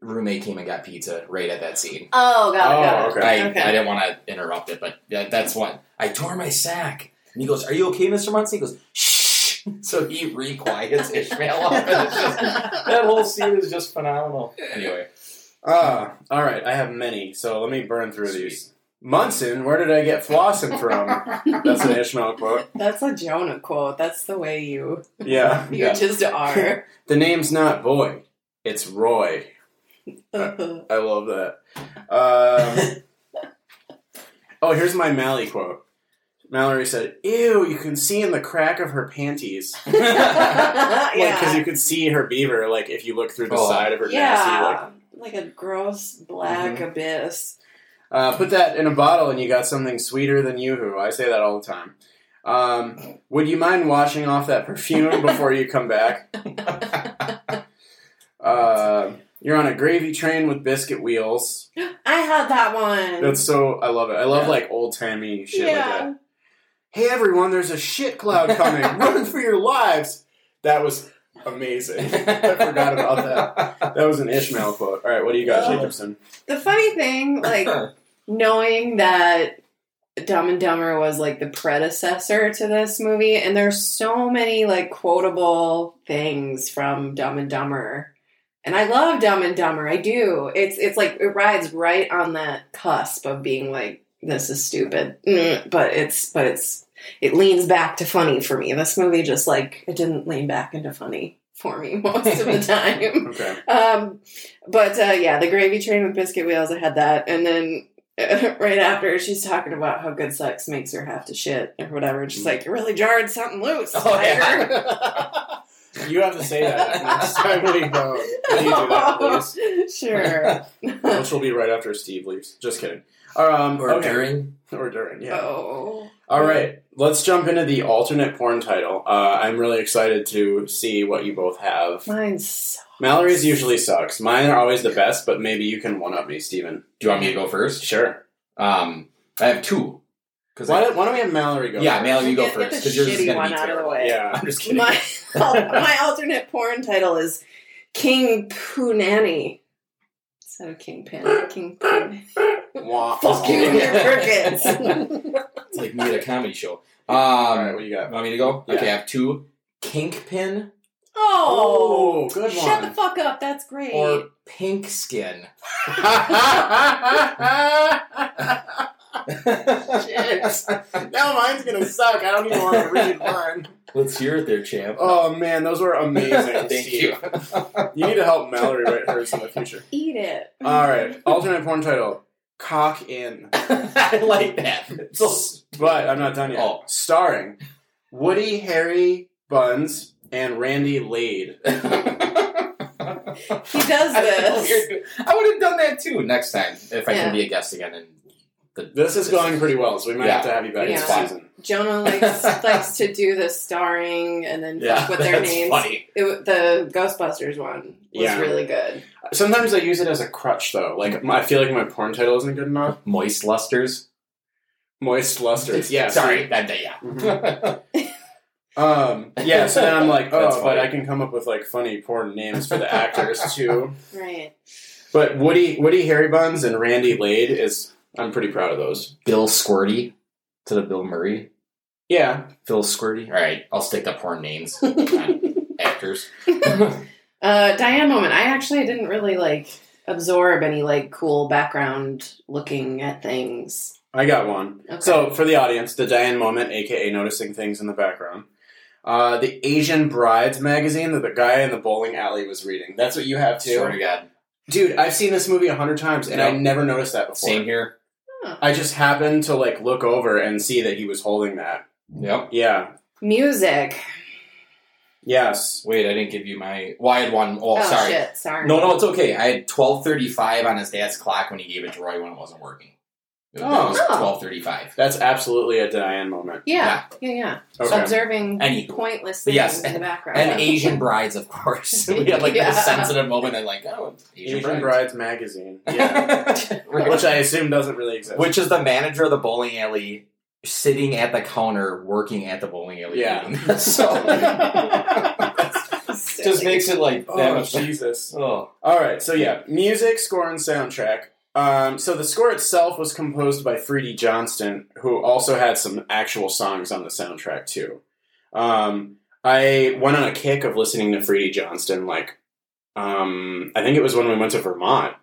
roommate came and got pizza right at that scene. Oh, got it, got Oh, it. okay. I, Okay. I didn't want to interrupt it, but that, that's one. I tore my sack. And he goes, Are you okay, Mr. Munson? He goes, Shh. So he requiets Ishmael up. And it's just, that whole scene is just phenomenal. Anyway. Ah, all right. I have many, so let me burn through these. Munson, where did I get Flossin from? That's an Ishmael quote. That's a Jonah quote. That's the way you Yeah. you Yeah. just are. The name's not boy, it's Roy. I love that. Um, oh, here's my Mally quote. Mallory said, "Ew, you can see in the crack of her panties, like because you could see her beaver, like if you look through the Oh. side of her yeah, nasty, like Mm-hmm. like, a gross black abyss. Uh, put that in a bottle and you got something sweeter than Yoo-Hoo. I say that all the time. Um, would you mind washing off that perfume before you come back? uh, you're on a gravy train with biscuit wheels. I had that one. That's so I love it. I love like old timey shit like that. yeah. Hey everyone, there's a shit cloud coming. Run for your lives. That was amazing. I forgot about that. That was an Ishmael quote. All right, what do you got, Jacobson? The funny thing, like knowing that Dumb and Dumber was like the predecessor to this movie, and there's so many like quotable things from Dumb and Dumber. And I love Dumb and Dumber. I do. It's it's like it rides right on that cusp of being like this is stupid, Mm, but it's but it's it leans back to funny for me. This movie just like it didn't lean back into funny for me most of the time. okay. Um, but uh, yeah, the gravy train with biscuit wheels. I had that, and then uh, right after she's talking about how good sex makes her have to shit or whatever. Mm. and She's like, "You really jarred something loose, Oh, tiger." You have to say that next time we go. Can you do that, please? sure. Which will be right after Steve leaves. Just kidding. Um, Or okay. during. Or during, yeah. Oh. All right, let's jump into the alternate porn title. Uh, I'm really excited to see what you both have. Mine's so Mallory's usually sucks. Mine are always the best, but maybe you can one up me, Steven. Do you want me to go first? Sure. Um, I have two. Why, I- don't- why don't we have Mallory go? yeah, first? Mallory, you go Get- first get the because yours shitty is going to one be out of the terrible. way. Yeah. I'm just kidding. my my alternate porn title is King Poo Nanny. Instead of King Pan, King Poo. Wah, Fuck you Um, and your crickets. It's like me at a comedy show. Um, All right, what you got? want me to go? Yeah. Okay, I have two. Kingpin Oh, Oh, good shut one. the fuck up. That's great. or Pink Skin. Shit. Now mine's gonna suck. I don't even want to read mine. Let's hear it there, champ. Oh man, those were amazing. Thank Steve. You need to help Mallory write hers in the future. Eat it. All right, alternate porn title: Cock In. I like that. But I'm not done yet. Oh. Starring Woody Harry Buns and Randy Lade. He does this. I would have done that too next time if I Yeah. can be a guest again. And the, This is going pretty well, so we might Yeah. have to have you back Yeah. this Fine. season. Jonah likes likes to do the starring and then Yeah, fuck with their that's names. funny. It wa- the Ghostbusters one was Yeah. really good. Sometimes I use it as a crutch, though. Like my- I feel like my porn title isn't good enough. moist lusters. Moist lusters. Mm-hmm. Yeah. Sorry, that, that- yeah. Um, yeah. So then I'm like, That's oh, but funny. I can come up with like funny porn names for the actors too. Right. But Woody, Woody Harry Buns and Randy Lade is. I'm pretty proud of those. Bill Squirty to the Bill Murray. Yeah. Phil Squirty. All right, I'll stick to porn names. Actors. Uh, Diane moment. I actually didn't really like absorb any like cool background looking at things. I got one. Okay. So, for the audience, the Diane moment, aka noticing things in the background. Uh, the Asian Brides magazine that the guy in the bowling alley was reading. That's what you have too. Swear to God. Dude, I've seen this movie a hundred times and I Yep. never noticed that before. Same here. I just happened to like look over and see that he was holding that. Yep. Yeah. Music. Yes. Wait, I didn't give you my. Well, I had one. Oh, Oh, sorry. shit, sorry. No, no, it's okay. I had twelve thirty-five on his dad's clock when he gave it to Roy when it wasn't working. It was Oh. twelve thirty-five. That's absolutely a Diane moment. Yeah, yeah, yeah. Okay. Observing Any- pointless But things yes, in the background. And Asian brides, of course. we had like Yeah. this sensitive moment. I'm like, oh, it's Asian, Asian, Brides. magazine. Yeah. brides. Which I assume doesn't really exist. Which is the manager of the bowling alley sitting at the counter working at the bowling alley. Yeah. meeting. so just makes it like that oh, much. Jesus. Oh, All right, so yeah, music, score, and soundtrack. Um, so the score itself was composed by Freddie Johnston, who also had some actual songs on the soundtrack too. Um, I went on a kick of listening to Freddie Johnston. Like, um, I think it was when we went to Vermont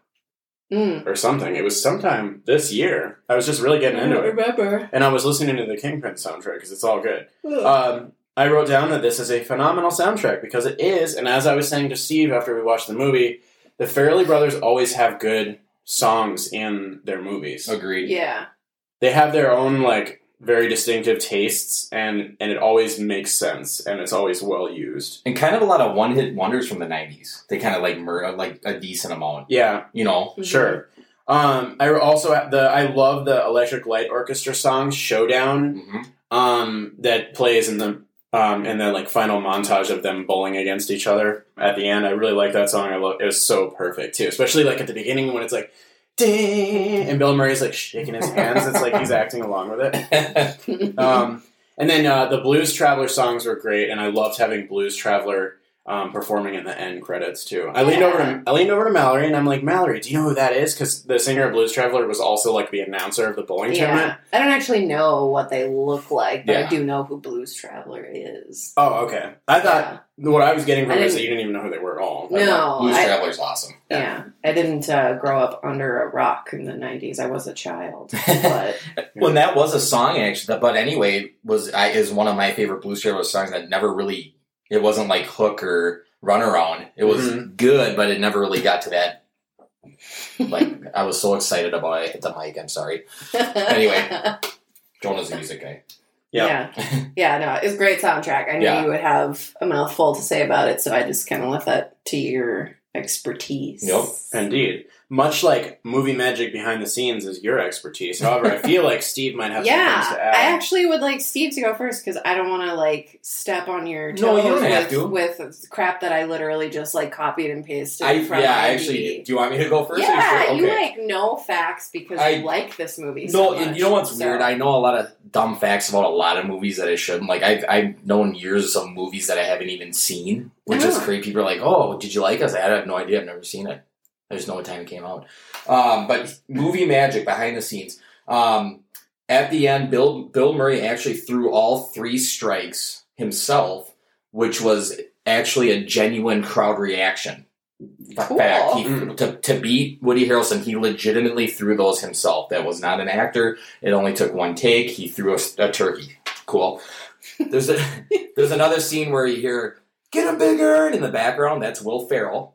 Mm. or something. It was sometime this year. I was just really getting I don't into it, remember. and I was listening to the Kingpin soundtrack because it's all good. Um, I wrote down that this is a phenomenal soundtrack because it is, and as I was saying to Steve after we watched the movie, the Farrelly brothers always have good songs in their movies. agreed. yeah. They have their own like very distinctive tastes, and and it always makes sense, and it's always well used. And kind of a lot of one-hit wonders from the '90s. They kind of like mer- like a decent amount. Yeah, You know, sure. Um, I also the I love the Electric Light Orchestra song "Showdown" um, that plays in the um, and then like final montage of them bowling against each other at the end. I really like that song. I love it was so perfect too, especially like at the beginning when it's like ding and Bill Murray's like shaking his hands. It's like he's acting along with it. Um, and then uh, the Blues Traveler songs were great, and I loved having Blues Traveler um, performing in the end credits too. I leaned over to I leaned over to Mallory and I'm like, Mallory, do you know who that is? Because the singer of Blues Traveler was also like the announcer of the bowling Yeah. tournament. I don't actually know what they look like, but Yeah. I do know who Blues Traveler is. Oh, okay. I thought what I was getting from I it is that didn't- you didn't even know who they were at all. No, Blues Oh, I- Traveler's awesome. Yeah. I didn't uh, grow up under a rock in the 90s. I was a child. But Well, that was a song actually, but anyway, was I is one of my favorite Blues Traveler songs that never really. It wasn't like hook or runaround. It was Mm-hmm. Mhm. good, but it never really got to that. Like I was so excited about it. I hit the mic. I'm sorry. Anyway, Jonah's a music guy. yeah. Yeah, no, it's a great soundtrack. I knew Yeah. you would have a mouthful to say about it, so I just kind of left that to your expertise. Indeed. Much like movie magic behind the scenes is your expertise. However, I feel like Steve might have Yeah, some things to add. I actually would like Steve to go first because I don't want to like step on your toes No, you don't with, have to. with crap that I literally just like copied and pasted. I from yeah. I IMDb. actually, do you want me to go first? or Yeah, sure? you Okay. like know facts because I- you like this movie. No, so and much, you know what's so- weird? I know a lot of dumb facts about a lot of movies that I shouldn't. Like I've I've known years of movies that I haven't even seen, which is Oh. great. People are like, "Oh, did you like us?" I have no idea. I've never seen it. I just know what time it came out. Um, but movie magic behind the scenes. Um, at the end, Bill Bill Murray actually threw all three strikes himself, which was actually a genuine crowd reaction. F- Fact. He, to, to beat Woody Harrelson, he legitimately threw those himself. That was not an actor. It only took one take. He threw a, a turkey. Cool. There's a there's another scene where you hear "Get a big urn" in the background. That's Will Ferrell.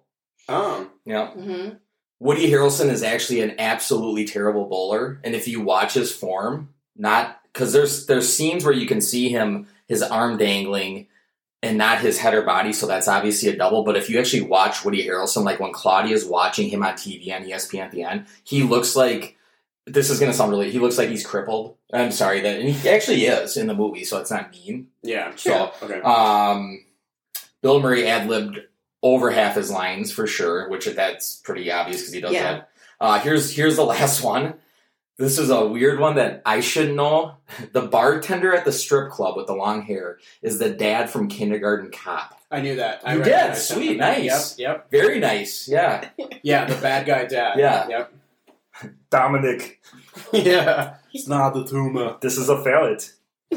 Oh, yeah. Mhm. Woody Harrelson is actually an absolutely terrible bowler, and if you watch his form, not because there's there's scenes where you can see him his arm dangling and not his head or body, so that's obviously a double. But if you actually watch Woody Harrelson, like when Claudia's watching him on TV on E ESPN at the end, he looks like this is going to sound really. He looks like he's crippled. I'm sorry that and he actually is in the movie, so it's not mean. Yeah. So, um, Bill Murray ad libbed over half his lines for sure, which that's pretty obvious because he does Yeah. that. Uh, here's here's the last one. This is a weird one that I should know. The bartender at the strip club with the long hair is the dad from Kindergarten Cop. I knew that. I You did. recognized him Sweet. from that. Nice. Yep. Yep. Very nice. Yeah. Yeah, the bad guy dad. Yeah. Yep. Dominic. yeah. It's not the tumor. This is a valid.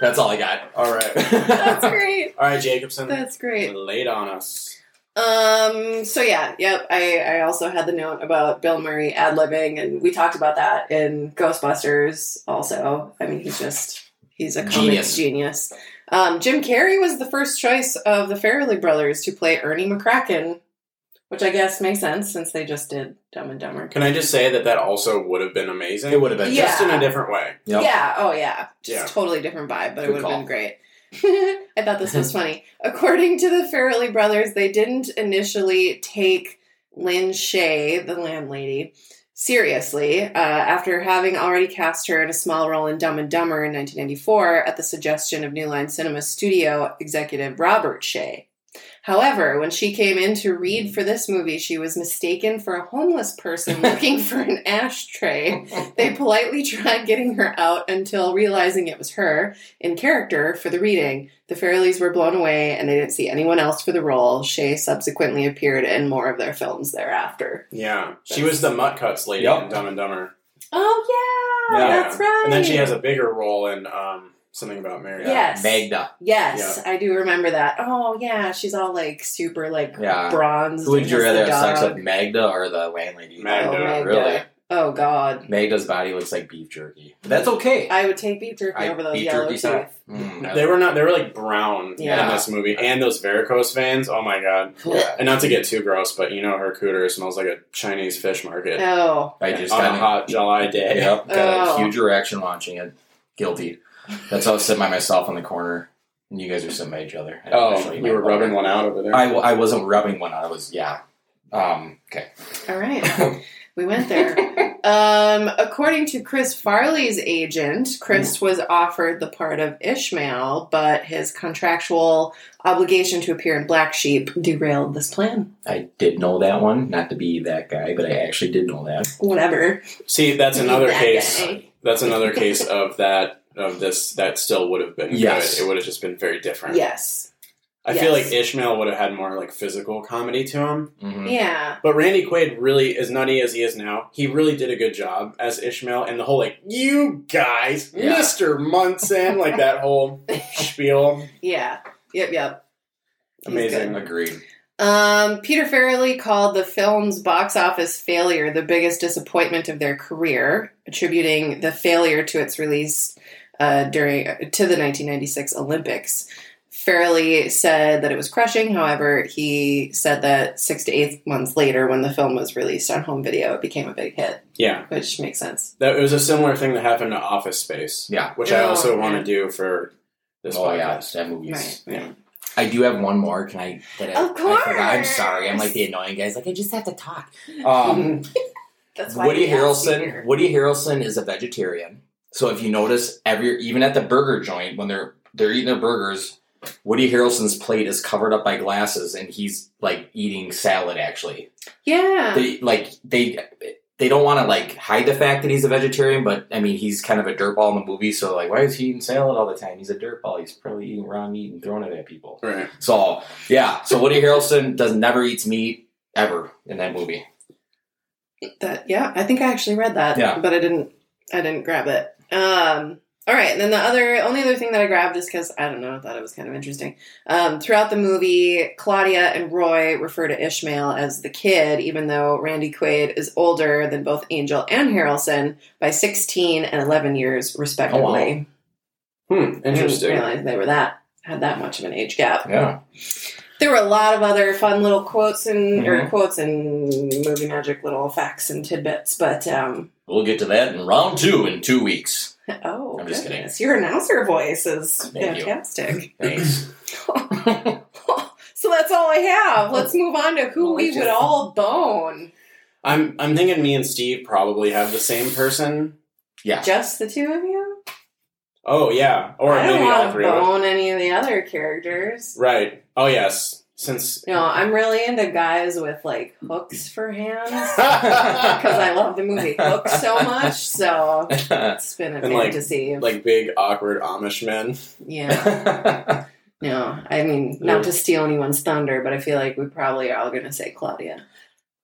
That's all I got. All right. That's great. All right, Jacobson. That's great. Laid on us. Um. So yeah, yep. I I also had the note about Bill Murray ad libbing, and we talked about that in Ghostbusters. Also, I mean, he's just he's a comic Genius. genius. Um, Jim Carrey was the first choice of the Farrelly brothers to play Ernie McCracken, which I guess makes sense since they just did Dumb and Dumber. Can I just say that that also would have been amazing? It would have been. just Yeah. in a different way. Yeah. Oh, yeah. Just Yeah. totally different vibe, but it Good would have call. been great. I thought this was funny. According to the Farrelly brothers, they didn't initially take Lynn Shay, the landlady, seriously uh, after having already cast her in a small role in Dumb and Dumber in 1994 at the suggestion of New Line Cinema studio executive Robert Shay. However, when she came in to read for this movie, she was mistaken for a homeless person looking for an ashtray. They politely tried getting her out until realizing it was her in character for the reading. The Fairleys were blown away and they didn't see anyone else for the role. Shay subsequently appeared in more of their films thereafter. Yeah. She was the Muttcuts lady in Dumb and Dumber. Oh, yeah, that's right. And then she has a bigger role in um, something about Mary. Yes. Magda. Yes, I do remember that. Oh, yeah, she's all like super like Yeah. bronze. Who would you rather have sex dog. with, Magda or the landlady? Magda. Oh, Magda. Really? Oh, God. Magda's body looks like beef jerky. But that's okay. I would take beef jerky I- over those beef yellow jerky's teeth. not- Mm, They were not. They were like brown Yeah. in this movie, and those varicose veins. Oh my god! And not to get too gross, but you know her cooter smells like a Chinese fish market. Oh. I just on got a a- hot July day. Yep, got Oh. a huge erection watching it. Guilty. That's how I was sitting by myself in the corner, and you guys were sitting by each other. I Oh, actually- you were rubbing one out over there? I, w- I wasn't rubbing one out. I was yeah. Um, okay. All right. We went there. um, according to Chris Farley's agent, Mm. Chris was offered the part of Ishmael, but his contractual obligation to appear in Black Sheep derailed this plan. I did know that one. Not to be that guy, but I actually did know that. Whatever. See, that's another That case. guy. That's another case of that of this that still would have been Yes. good. It would have just been very different. Yes. I feel Yes. like Ishmael would have had more like physical comedy to him. Yeah. But Randy Quaid really, as nutty as he is now, he really did a good job as Ishmael and the whole like, you guys, Yeah. Mr. Munson, like that whole spiel. Yeah. Yep. Yep. Amazing. Agreed. Um, Peter Farrelly called the film's box office failure the biggest disappointment of their career, attributing the failure to its release uh, during to the 1996 Olympics. Farrelly said that it was crushing. However, he said that six to eight months later, when the film was released on home video, it became a big hit, Yeah. which makes sense. That it was a similar thing that happened to Office Space. Yeah. Which I Oh, also yeah. want to do for this oh yeah, podcast. that movie's. Right, right. I do have one more. Can I? That I, Of I forgot. I'm sorry. I'm like the annoying guys. Like I just have to talk. Um, That's why Woody we asked you Harrelson. here. Woody Harrelson is a vegetarian. So if you notice, every even at the burger joint when they're they're eating their burgers, Woody Harrelson's plate is covered up by glasses, and he's like eating salad. Actually, Yeah. they like they they don't want to like hide the fact that he's a vegetarian, but I mean he's kind of a dirtball in the movie. So like, why is he eating salad all the time? He's a dirtball. He's probably eating raw meat and throwing it at people. Right. So yeah, so Woody Harrelson does never eats meat ever in that movie. That yeah, I think I actually read that, Yeah. but I didn't I didn't grab it. Um all right, and then the other only other thing that I grabbed is because I don't know, I thought it was kind of interesting. Um, throughout the movie, Claudia and Roy refer to Ishmael as the kid, even though Randy Quaid is older than both Angel and Harrelson by sixteen and eleven years respectively. Hmm, I didn't interesting. realize they were that had that much of an age gap. Yeah. There were a lot of other fun little quotes and or Mhm. quotes and movie magic little facts and tidbits, but um, We'll get to that in round two in two weeks. Oh, I'm just kidding. goodness. Your announcer voice is Thank you. fantastic. Thanks. So that's all I have. Let's move on to who we would all bone. I'm I'm thinking me and Steve probably have the same person. Yeah. Just the two of you? Oh yeah. Or I don't maybe all want to three of us. bone any of the other characters. Right. Oh yes. Since No, I'm really into guys with like hooks for hands because I love the movie Hook so much. So it's been a and like fantasy. of- like big awkward Amish men. yeah. No, I mean not to steal anyone's thunder, but I feel like we probably are all going to say Claudia.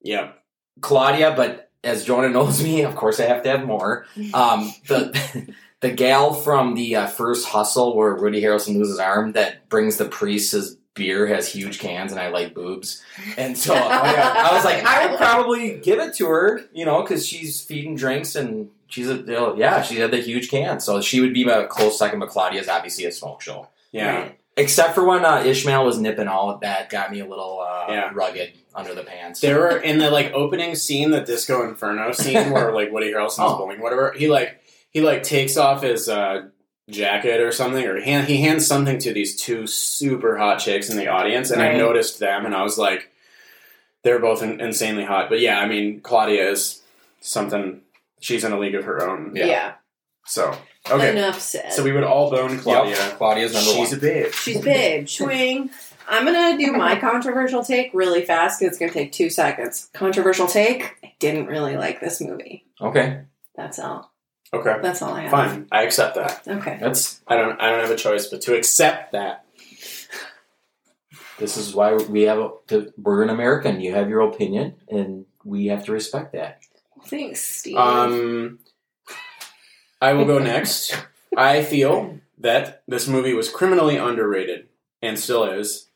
Yeah. Claudia, but as Jonah knows me, of course I have to have more. Um, the the gal from the uh, first hustle where Rudy Harrelson loses his arm that brings the priest his beer has huge cans and I like boobs. And so oh, I was like, I would probably give it to her, you know, because she's feeding drinks and she's a, you know, yeah, she had the huge can. So she would be my close second, but Claudia's obviously a smoke show. Yeah. Except for when uh, Ishmael was nipping all of that, got me a little uh, Yeah. rugged under the pants. There were in the like opening scene, the Disco Inferno scene, where like Woody Harrelson's Oh. bowling, whatever. He like he like takes off his uh, jacket or something, or hand, he hands something to these two super hot chicks in the audience, and I Right. noticed them, and I was like, they're both in- insanely hot. But yeah, I mean, Claudia is something. She's in a league of her own. So okay. Enough said. So we would all bone Claudia. Claudia's number She's one. a bitch. She's big, swing. I'm gonna do my controversial take really fast because it's gonna take two seconds. Controversial take: I didn't really like this movie. Okay. That's all. Okay. That's all I have. Fine. I accept that. Okay. That's I don't I don't have a choice but to accept that. This is why we have a, to, we're an American. You have your opinion, and we have to respect that. Thanks, Steve. Um, I will go next. I feel that this movie was criminally underrated and still is.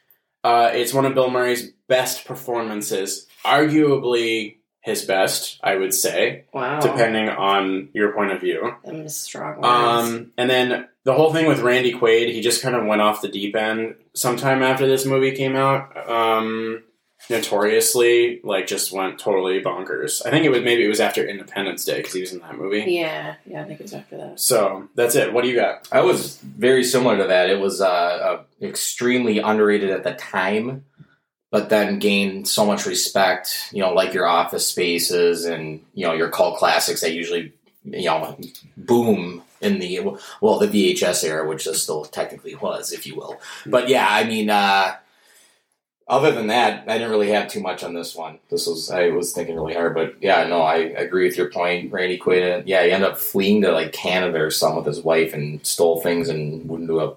Uh, it's one of Bill Murray's best performances, arguably his best, I would say, wow. depending on your point of view. I'm strong. Um, and then the whole thing with Randy Quaid, he just kind of went off the deep end sometime after this movie came out. Um, notoriously, like just went totally bonkers. I think it was maybe it was after Independence Day because he was in that movie. yeah, yeah. I think it was after that. So that's it. What do you got? I was very similar to that. It was uh, uh, extremely underrated at the time, but then gain so much respect, you know, like your office spaces and, you know, your cult classics that usually, you know, boom in the, well, the VHS era, which this still technically was, if you will. But yeah, I mean, uh, other than that, I didn't really have too much on this one. This was I was thinking really hard, but yeah, no, I agree with your point, Randy Quaid. Yeah, he ended up fleeing to like Canada or something with his wife and stole things and went into a,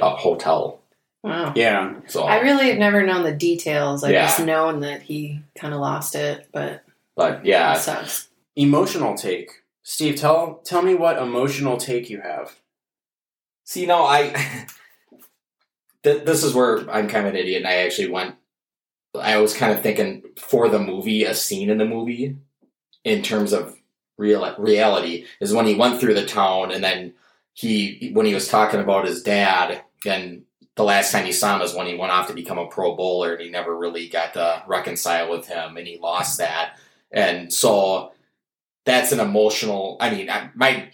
a hotel. Wow. Yeah, so I really have never known the details. I've Yeah. just known that he kind of lost it, but but yeah, it sucks. Emotional take. Steve, tell tell me what emotional take you have. See, no, I. Th- this is where I'm kind of an idiot, and I actually went. I was kind of thinking for the movie, a scene in the movie, in terms of real reality, is when he went through the town, and then he, when he was talking about his dad, and the last time he saw him is when he went off to become a pro bowler, and he never really got to reconcile with him, and he lost that, and so that's an emotional. I mean, I, my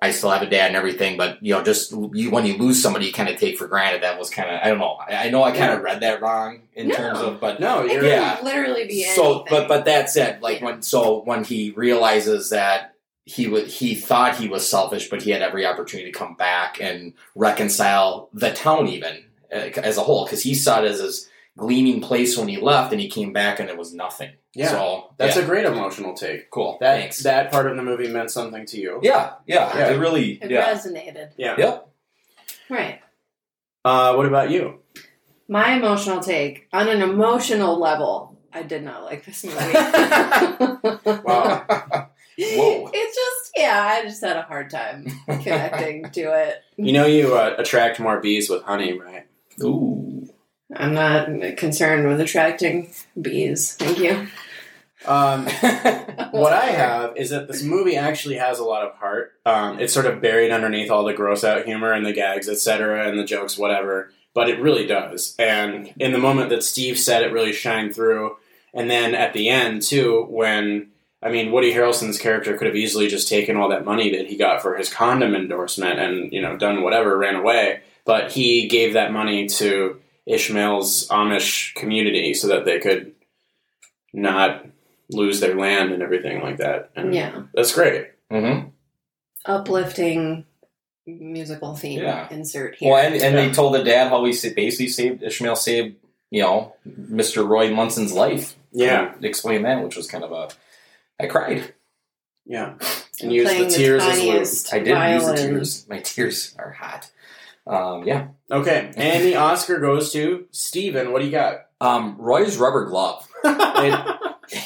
I still have a dad and everything, but you know, just you, when you lose somebody, you kind of take for granted. That was kind of I don't know. I, I know I kind of read that wrong in No. terms of, but no, It you're could yeah. literally be So, Oh, anything. but but that's it. Like when so when he realizes that he would he thought he was selfish, but he had every opportunity to come back and reconcile the town even uh, as a whole because he saw it as his gleaming place when he left, and he came back and it was nothing. Yeah, so that's yeah. a great emotional take. Cool. That Thanks. that part of the movie meant something to you. Yeah, yeah, Yeah. It really, it yeah, resonated. Yeah. yep. Right. Uh, what about you? My emotional take on an emotional level, I did not like this movie. Wow. Whoa. It's just yeah, I just had a hard time connecting to it. You know you uh, attract more bees with honey, right? Ooh. I'm not concerned with attracting bees. Thank you. Um, what I have is that this movie actually has a lot of heart. Um, it's sort of buried underneath all the gross out humor and the gags, etc., and the jokes, whatever. But it really does. And in the moment that Steve said, it really shined through. And then at the end too, when I mean Woody Harrelson's character could have easily just taken all that money that he got for his condom endorsement and you know done whatever, ran away. But he gave that money to Ishmael's Amish community so that they could not lose their land and everything like that. And Yeah. that's great. Mm-hmm. Uplifting musical theme Yeah. insert here. Well, and, and they told the dad how he sa- basically saved Ishmael saved you know Mr. Roy Munson's life. Yeah. And explain that, which was kind of a. I cried. Yeah. And use the Playing the tears as lube. tiniest I did violin. use the tears. My tears are hot. Um, yeah. Okay. And the Oscar goes to Steven. What do you got? Um, Roy's rubber glove. it,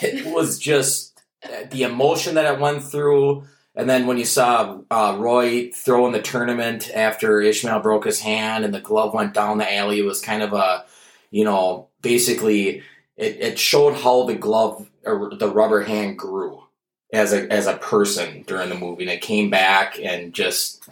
it was just uh, the emotion that it went through. And then when you saw uh, Roy throw in the tournament after Ishmael broke his hand and the glove went down the alley, it was kind of a, you know, basically it, it showed how the glove or the rubber hand grew as a as a person during the movie, and it came back and just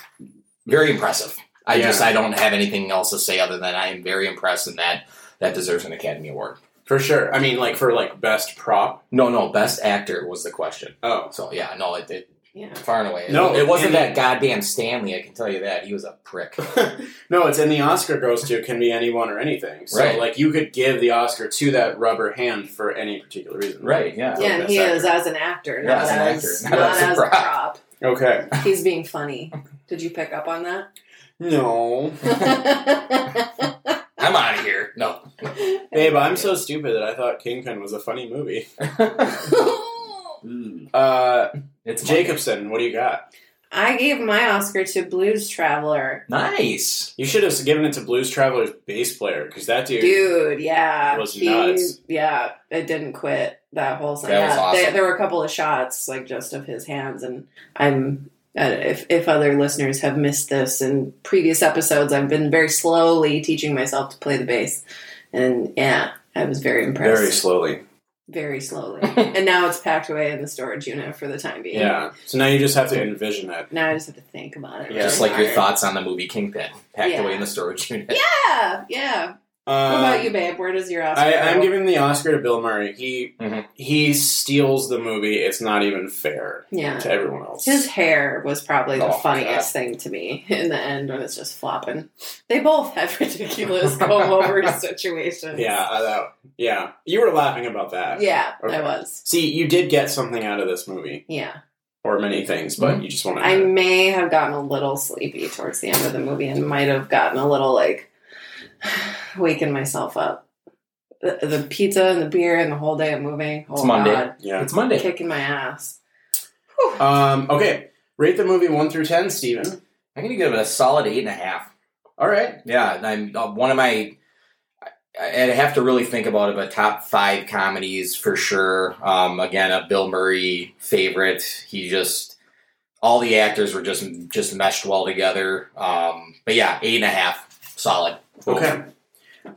very impressive. I Yeah. just I don't have anything else to say other than I am very impressed, and that that deserves an Academy Award. For sure. I mean, like for like best prop. No, no, best actor was the question. Oh. So yeah, no, it, it Yeah. far and away. No, it, wasn't and- that goddamn Stanley. I can tell you that he was a prick. No, it's and the Oscar goes to can be anyone or anything. So Right. like you could give the Oscar to that rubber hand for any particular reason. right? Yeah. yeah, and he That's is as an actor, Yeah, not as an as, actor, not as a prop. Okay. He's being funny. Did you pick up on that? No. I'm out of here. No. Babe, I'm so stupid that I thought Kingpin was a funny movie. Uh It's Monday. Jacobson, what do you got? I gave my Oscar to Blues Traveler. Nice. You should have given it to Blues Traveler's bass player because that dude, Dude, yeah. Was nuts. Yeah, it didn't quit that whole thing. That was yeah, awesome. there, there were a couple of shots, like just of his hands, and I'm. uh, If, if other listeners have missed this in previous episodes, I've been very slowly teaching myself to play the bass, and yeah, I was very impressed. very slowly. very slowly. and now it's packed away in the storage unit for the time being. Yeah. So now you just have to envision it. Now I just have to think about it. Yeah. Just like your Sorry. thoughts on the movie Kingpin, packed Yeah. away in the storage unit. Yeah, yeah. What Um, about you, babe? Where does your Oscar I, I'm go? giving the Oscar to Bill Murray. He he steals the movie. It's not even fair Yeah. to everyone else. His hair was probably the Oh, funniest thing to me in the end when it's just flopping. They both have ridiculous comb over situations. Yeah, I know. Yeah, you were laughing about that. Yeah, Okay. I was. See, you did get something out of this movie, Yeah. or many things, but you just want to. Mm-hmm. I may have gotten a little sleepy towards the end of the movie and might have gotten a little like waking myself up. The, the pizza and the beer and the whole day of moving. Oh, It's Monday. God. Yeah. It's Monday. Kicking my ass. Um, okay, rate the movie one through ten, Steven. I'm gonna give it a solid eight and a half. All right. Yeah, and I'm uh, one of my. I- I'd have to really think about it, but top five comedies for sure. Um, again, a Bill Murray favorite. He just all the actors were just just meshed well together. Um, but yeah, eight and a half, solid. Okay.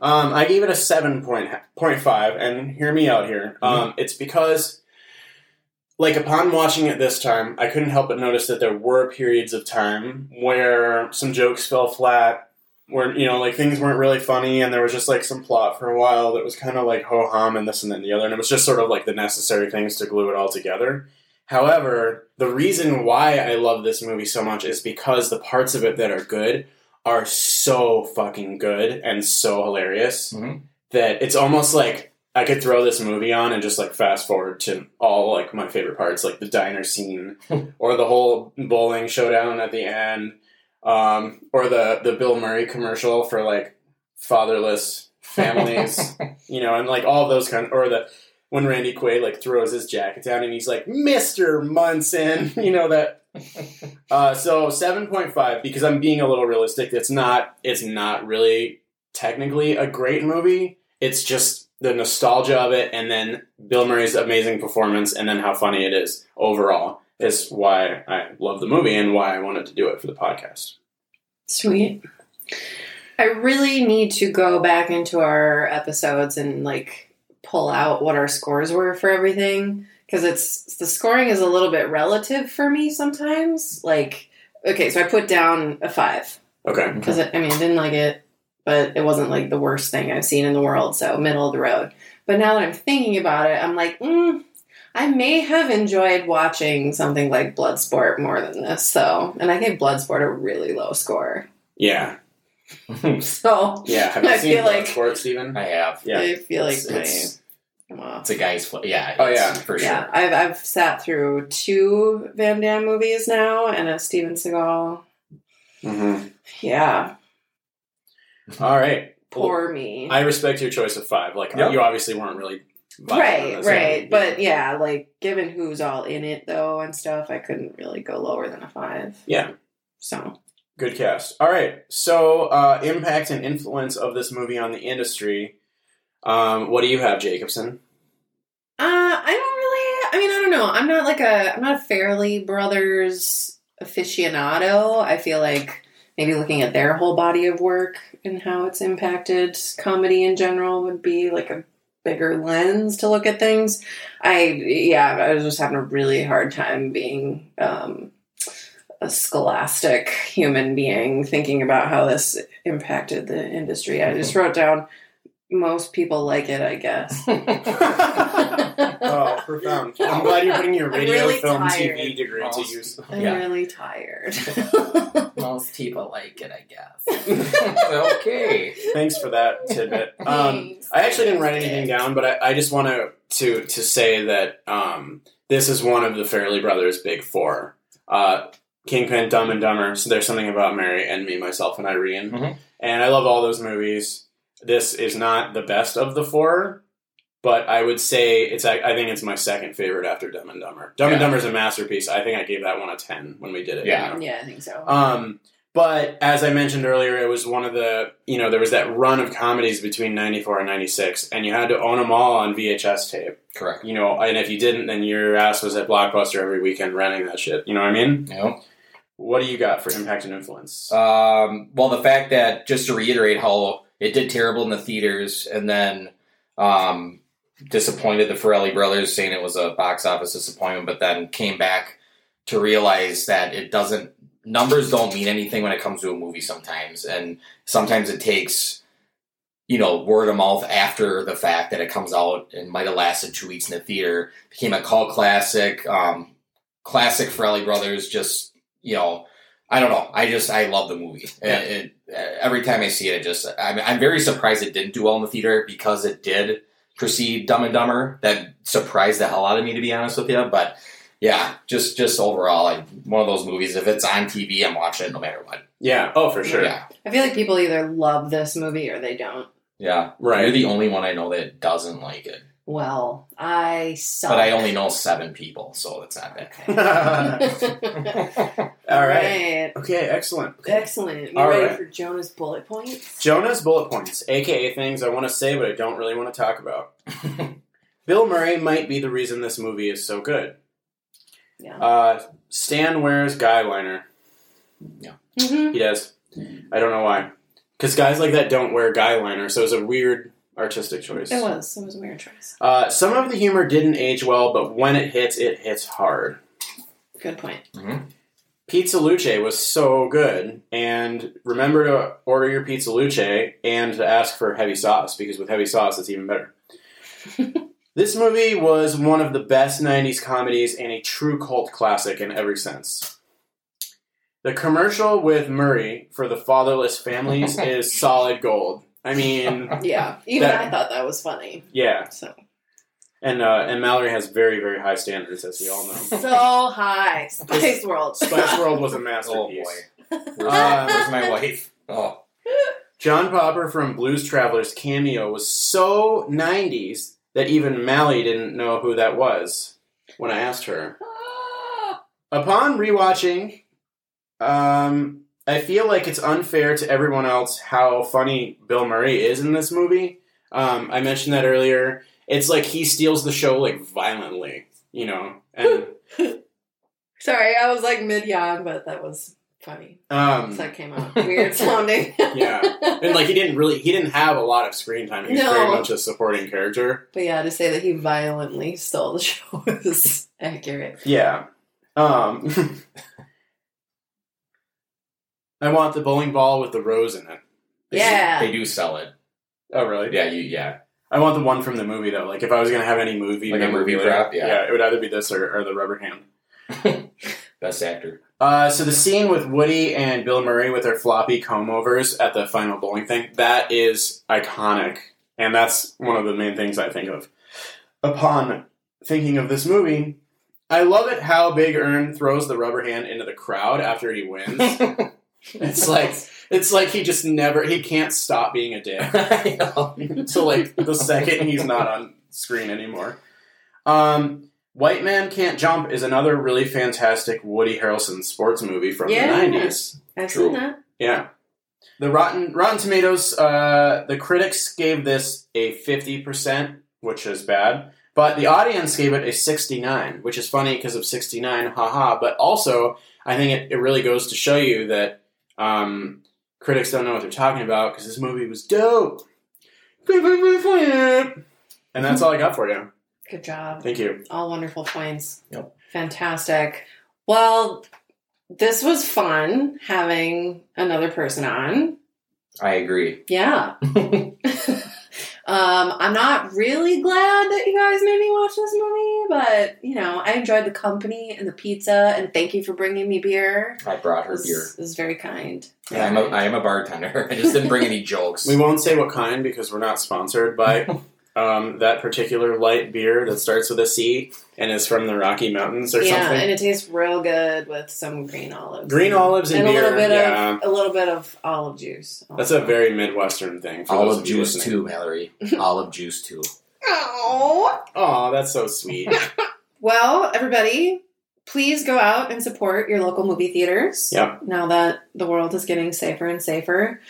Um, I gave it a seven point point five, and hear me out here. Um, It's because, like, upon watching it this time, I couldn't help but notice that there were periods of time where some jokes fell flat, where you know, like things weren't really funny, and there was just like some plot for a while that was kind of like ho hum and this and then the other, and it was just sort of like the necessary things to glue it all together. However, the reason why I love this movie so much is because the parts of it that are good are so fucking good and so hilarious that it's almost like I could throw this movie on and just like fast forward to all like my favorite parts, like the diner scene or the whole bowling showdown at the end, um, or the the Bill Murray commercial for like fatherless families, you know, and like all those kind, or the when Randy Quaid like throws his jacket down and he's like Mister Munson, you know that. Uh, so seven point five because I'm being a little realistic. It's not. It's not really technically a great movie. It's just the nostalgia of it, and then Bill Murray's amazing performance, and then how funny it is overall is why I love the movie and why I wanted to do it for the podcast. Sweet. I really need to go back into our episodes and like pull out what our scores were for everything because it's the scoring is a little bit relative for me sometimes. Like, okay, so I put down a five Okay. because I mean I didn't like it, but it wasn't like the worst thing I've seen in the world, so middle of the road. But now that I'm thinking about it, I'm like, mm, I may have enjoyed watching something like Bloodsport more than this. So, and I gave Bloodsport a really low score. Yeah. So Yeah, have you I seen feel like Sports, Steven? I have. Yeah. I feel like It's, my- it's, Wow. it's a guy's. fl- Yeah. Oh, it's- yeah. for sure. yeah, I've I've sat through two Van Damme movies now and a Steven Seagal. Mm-hmm. Yeah, All right. poor me. I respect your choice of five. Like Yeah. you obviously weren't really vibing on right, this. right, but yeah, like given who's all in it though and stuff, I couldn't really go lower than a five. Yeah. So Good cast. All right. So, uh, impact and influence of this movie on the industry. Um, what do you have, Jacobson? Uh, I don't really. I mean, I don't know. I'm not like a. I'm not a Fairly Brothers aficionado. I feel like maybe looking at their whole body of work and how it's impacted comedy in general would be like a bigger lens to look at things. I yeah, I was just having a really hard time being um, a scholastic human being thinking about how this impacted the industry. I just wrote down most people like it, I guess. oh, profound. I'm glad you're putting your I'm radio, really film, tired. TV degree to use. I'm really tired. Most people like it, I guess. okay. Thanks for that tidbit. Um, I actually didn't write anything down, but I, I just want to to to say that um, this is one of the Fairley Brothers' big four: uh, Kingpin, Dumb and Dumber. So there's something about Mary and me, myself, and Irene, and I love all those movies. This is not the best of the four, but I would say it's. I, I think it's my second favorite after Dumb and Dumber. Dumb and Yeah. Dumber is a masterpiece. I think I gave that one a ten when we did it. you know? yeah, I think so. Um, but as I mentioned earlier, it was one of the you know there was that run of comedies between '94 and '96, and you had to own them all on VHS tape. Correct. You know, and if you didn't, then your ass was at Blockbuster every weekend renting that shit. You know what I mean? Yeah. What do you got for impact and influence? Um, well, the fact that just to reiterate how it did terrible in the theaters, and then um, disappointed the Farrelly brothers, saying it was a box office disappointment, but then came back to realize that it doesn't. Numbers don't mean anything when it comes to a movie sometimes, and sometimes it takes you know, word of mouth after the fact that it comes out and might have lasted two weeks in the theater. Became a cult classic, um, classic Farrelly Brothers. Just you know, I don't know. I just I love the movie. Yeah. It, it, every time I see it, it just I'm, I'm very surprised it didn't do well in the theater because it did precede Dumb and Dumber. That surprised the hell out of me, to be honest with you. But yeah, just just overall, like one of those movies. If it's on TV, I'm watching it no matter what. Yeah. Oh, for sure. Yeah. I feel like people either love this movie or they don't. Yeah. Right. You're the only one I know that doesn't like it. Well, I suck. But I only know seven people, so it's not bad. All right. Okay, excellent. Excellent. You All ready right. for Jonah's bullet points? Jonah's bullet points, aka things I want to say but I don't really want to talk about. Bill Murray might be the reason this movie is so good. Yeah. Uh, Stan wears guy liner. He does. I don't know why. Because guys like that don't wear guy liner, so it's a weird artistic choice. It was. It was a weird choice. Uh, some of the humor didn't age well, but when it hits, it hits hard. Good point. Pizza Luce was so good, and remember to order your Pizza Luce and to ask for heavy sauce because with heavy sauce, it's even better. this movie was one of the best 90s comedies and a true cult classic in every sense. The commercial with Murray for the fatherless families is solid gold. I mean, Yeah. Even That- I thought that was funny. yeah. So. And uh, and Mallory has very very high standards, as we all know. So high. Spice World. Spice World was a masterpiece. Where's, Uh, where's my wife? Oh, John Popper from Blues Travelers cameo was so 90s that even Mally didn't know who that was when I asked her. Upon rewatching, um, I feel like it's unfair to everyone else how funny Bill Murray is in this movie. Um, I mentioned that earlier. It's like he steals the show like violently, you know. And Sorry, I was like mid yawn, but that was funny. um, So that came out weird sounding. yeah, and like he didn't really he didn't have a lot of screen time. He's No. very much a supporting character. But yeah, to say that he violently stole the show is accurate. Yeah. Um, I want the bowling ball with the rose in it. Yeah. they do sell it. Oh, really? Yeah, you yeah. I want the one from the movie though. Like, if I was gonna have any movie, Like a memorabilia, movie prop, yeah. it would either be this or, or the rubber hand. Best actor. Uh, so the scene with Woody and Bill Murray with their floppy comb overs at the final bowling thing that is iconic, and that's one of the main things I think of upon thinking of this movie. I love it how Big Earn throws the rubber hand into the crowd after he wins. it's like it's like he just never he can't stop being a dick. so like the second he's not on screen anymore. Um, White Man Can't Jump is another really fantastic Woody Harrelson sports movie from Yeah. the nineties. I've True. seen that. Yeah. The Rotten Rotten Tomatoes, uh, the critics gave this a fifty percent, which is bad, but the audience gave it a sixty nine, which is funny because of sixty nine, haha. But also, I think it, it really goes to show you that um, critics don't know what they're talking about because this movie was dope. And that's all I got for you. Good job. Thank you. All wonderful points. Yep. Fantastic. Well, this was fun having another person on. I agree. Yeah. um, I'm not really glad that you guys made me watch this movie, but you know, I enjoyed the company and the pizza, and thank you for bringing me beer. I brought her This beer. is very kind. Yeah, I'm a I am a bartender. I just didn't bring any jokes. We won't say what kind because we're not sponsored by um, that particular light beer that starts with a C and is from the Rocky Mountains or yeah, something. and it tastes real good with some green olives. Green olives and, a beer. little bit yeah. of a little bit of olive juice. That's a very Midwestern thing. For Olive those of you juice listening. too, Mallory. Olive juice too. Oh. Aw, that's so sweet. Well, everybody, please go out and support your local movie theaters. Yep. Now that the world is getting safer and safer,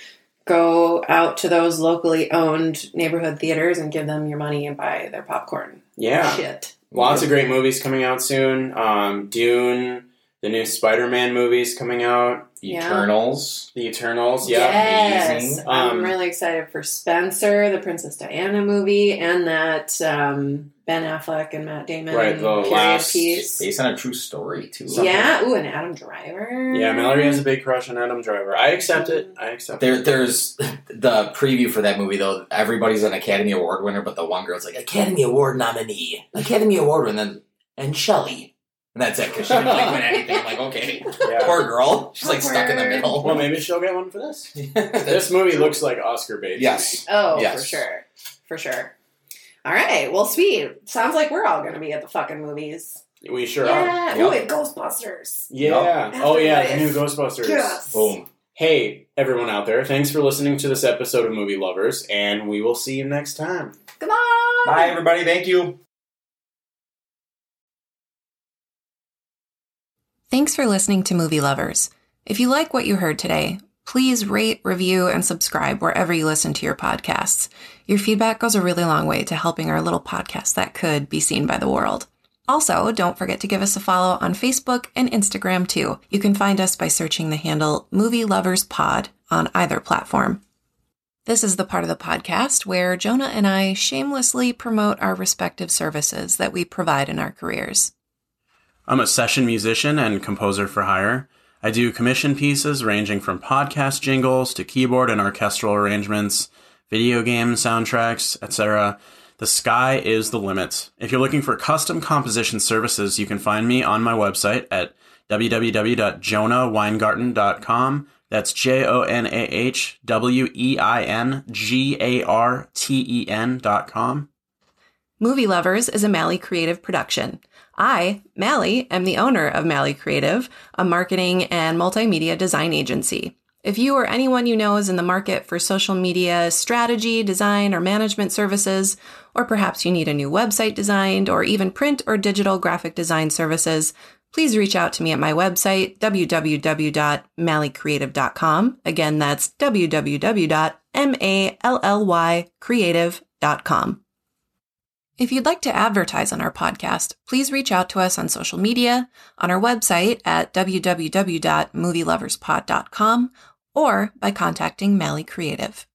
go out to those locally owned neighborhood theaters and give them your money and buy their popcorn. Yeah. Shit. Lots of great movies coming out soon. Um, Dune. the new Spider-Man movies coming out. Yeah. Eternals. The Eternals, yeah. Yes, I'm Um, really excited for Spencer, the Princess Diana movie, and that um, Ben Affleck and Matt Damon Right, the period last- piece. Based on a true story too. Yeah, ooh, and Adam Driver. Yeah, Mallory has a big crush on Adam Driver. I accept it. I accept There, it. there's the preview for that movie though. Everybody's an Academy Award winner, but the one girl's like Academy Award nominee, Academy Award, and then and Shelley, and that's it because she didn't like win anything. I'm like, okay, Yeah. poor girl, she's like stuck in the Awkward. middle. Well, maybe she'll get one for this. this movie looks like Oscar bait. to Yes. me. Oh, Yes. for sure, for sure. All right, well, sweet. Sounds like we're all going to be at the fucking movies. We sure yeah, are. ooh, and Ghostbusters. Yeah. Yep. Oh, yeah. The new That's Ghostbusters. Yes. Boom. Hey, everyone out there. Thanks for listening to this episode of Movie Lovers, and we will see you next time. Come on. Bye, everybody. Thank you. Thanks for listening to Movie Lovers. If you like what you heard today, please rate, review, and subscribe wherever you listen to your podcasts. Your feedback goes a really long way to helping our little podcast that could be seen by the world. Also, don't forget to give us a follow on Facebook and Instagram too. You can find us by searching the handle Movie Lovers Pod on either platform. This is the part of the podcast where Jonah and I shamelessly promote our respective services that we provide in our careers. I'm a session musician and composer for hire. I do commission pieces ranging from podcast jingles to keyboard and orchestral arrangements, video game soundtracks, etc. The sky is the limit. If you're looking for custom composition services, you can find me on my website at www.jonahweingarten.com. That's J O N A H W E I N G A R T E N dot com. Movie Lovers is a Mally Creative production. I, Mally, am the owner of Mally Creative, a marketing and multimedia design agency. If you or anyone you know is in the market for social media strategy, design, or management services, or perhaps you need a new website designed or even print or digital graphic design services, please reach out to me at my website, www.mallycreative.com. Again, that's www.mallycreative.com. If you'd like to advertise on our podcast, please reach out to us on social media, on our website at www.movieloverspod.com, or by contacting Mally Creative.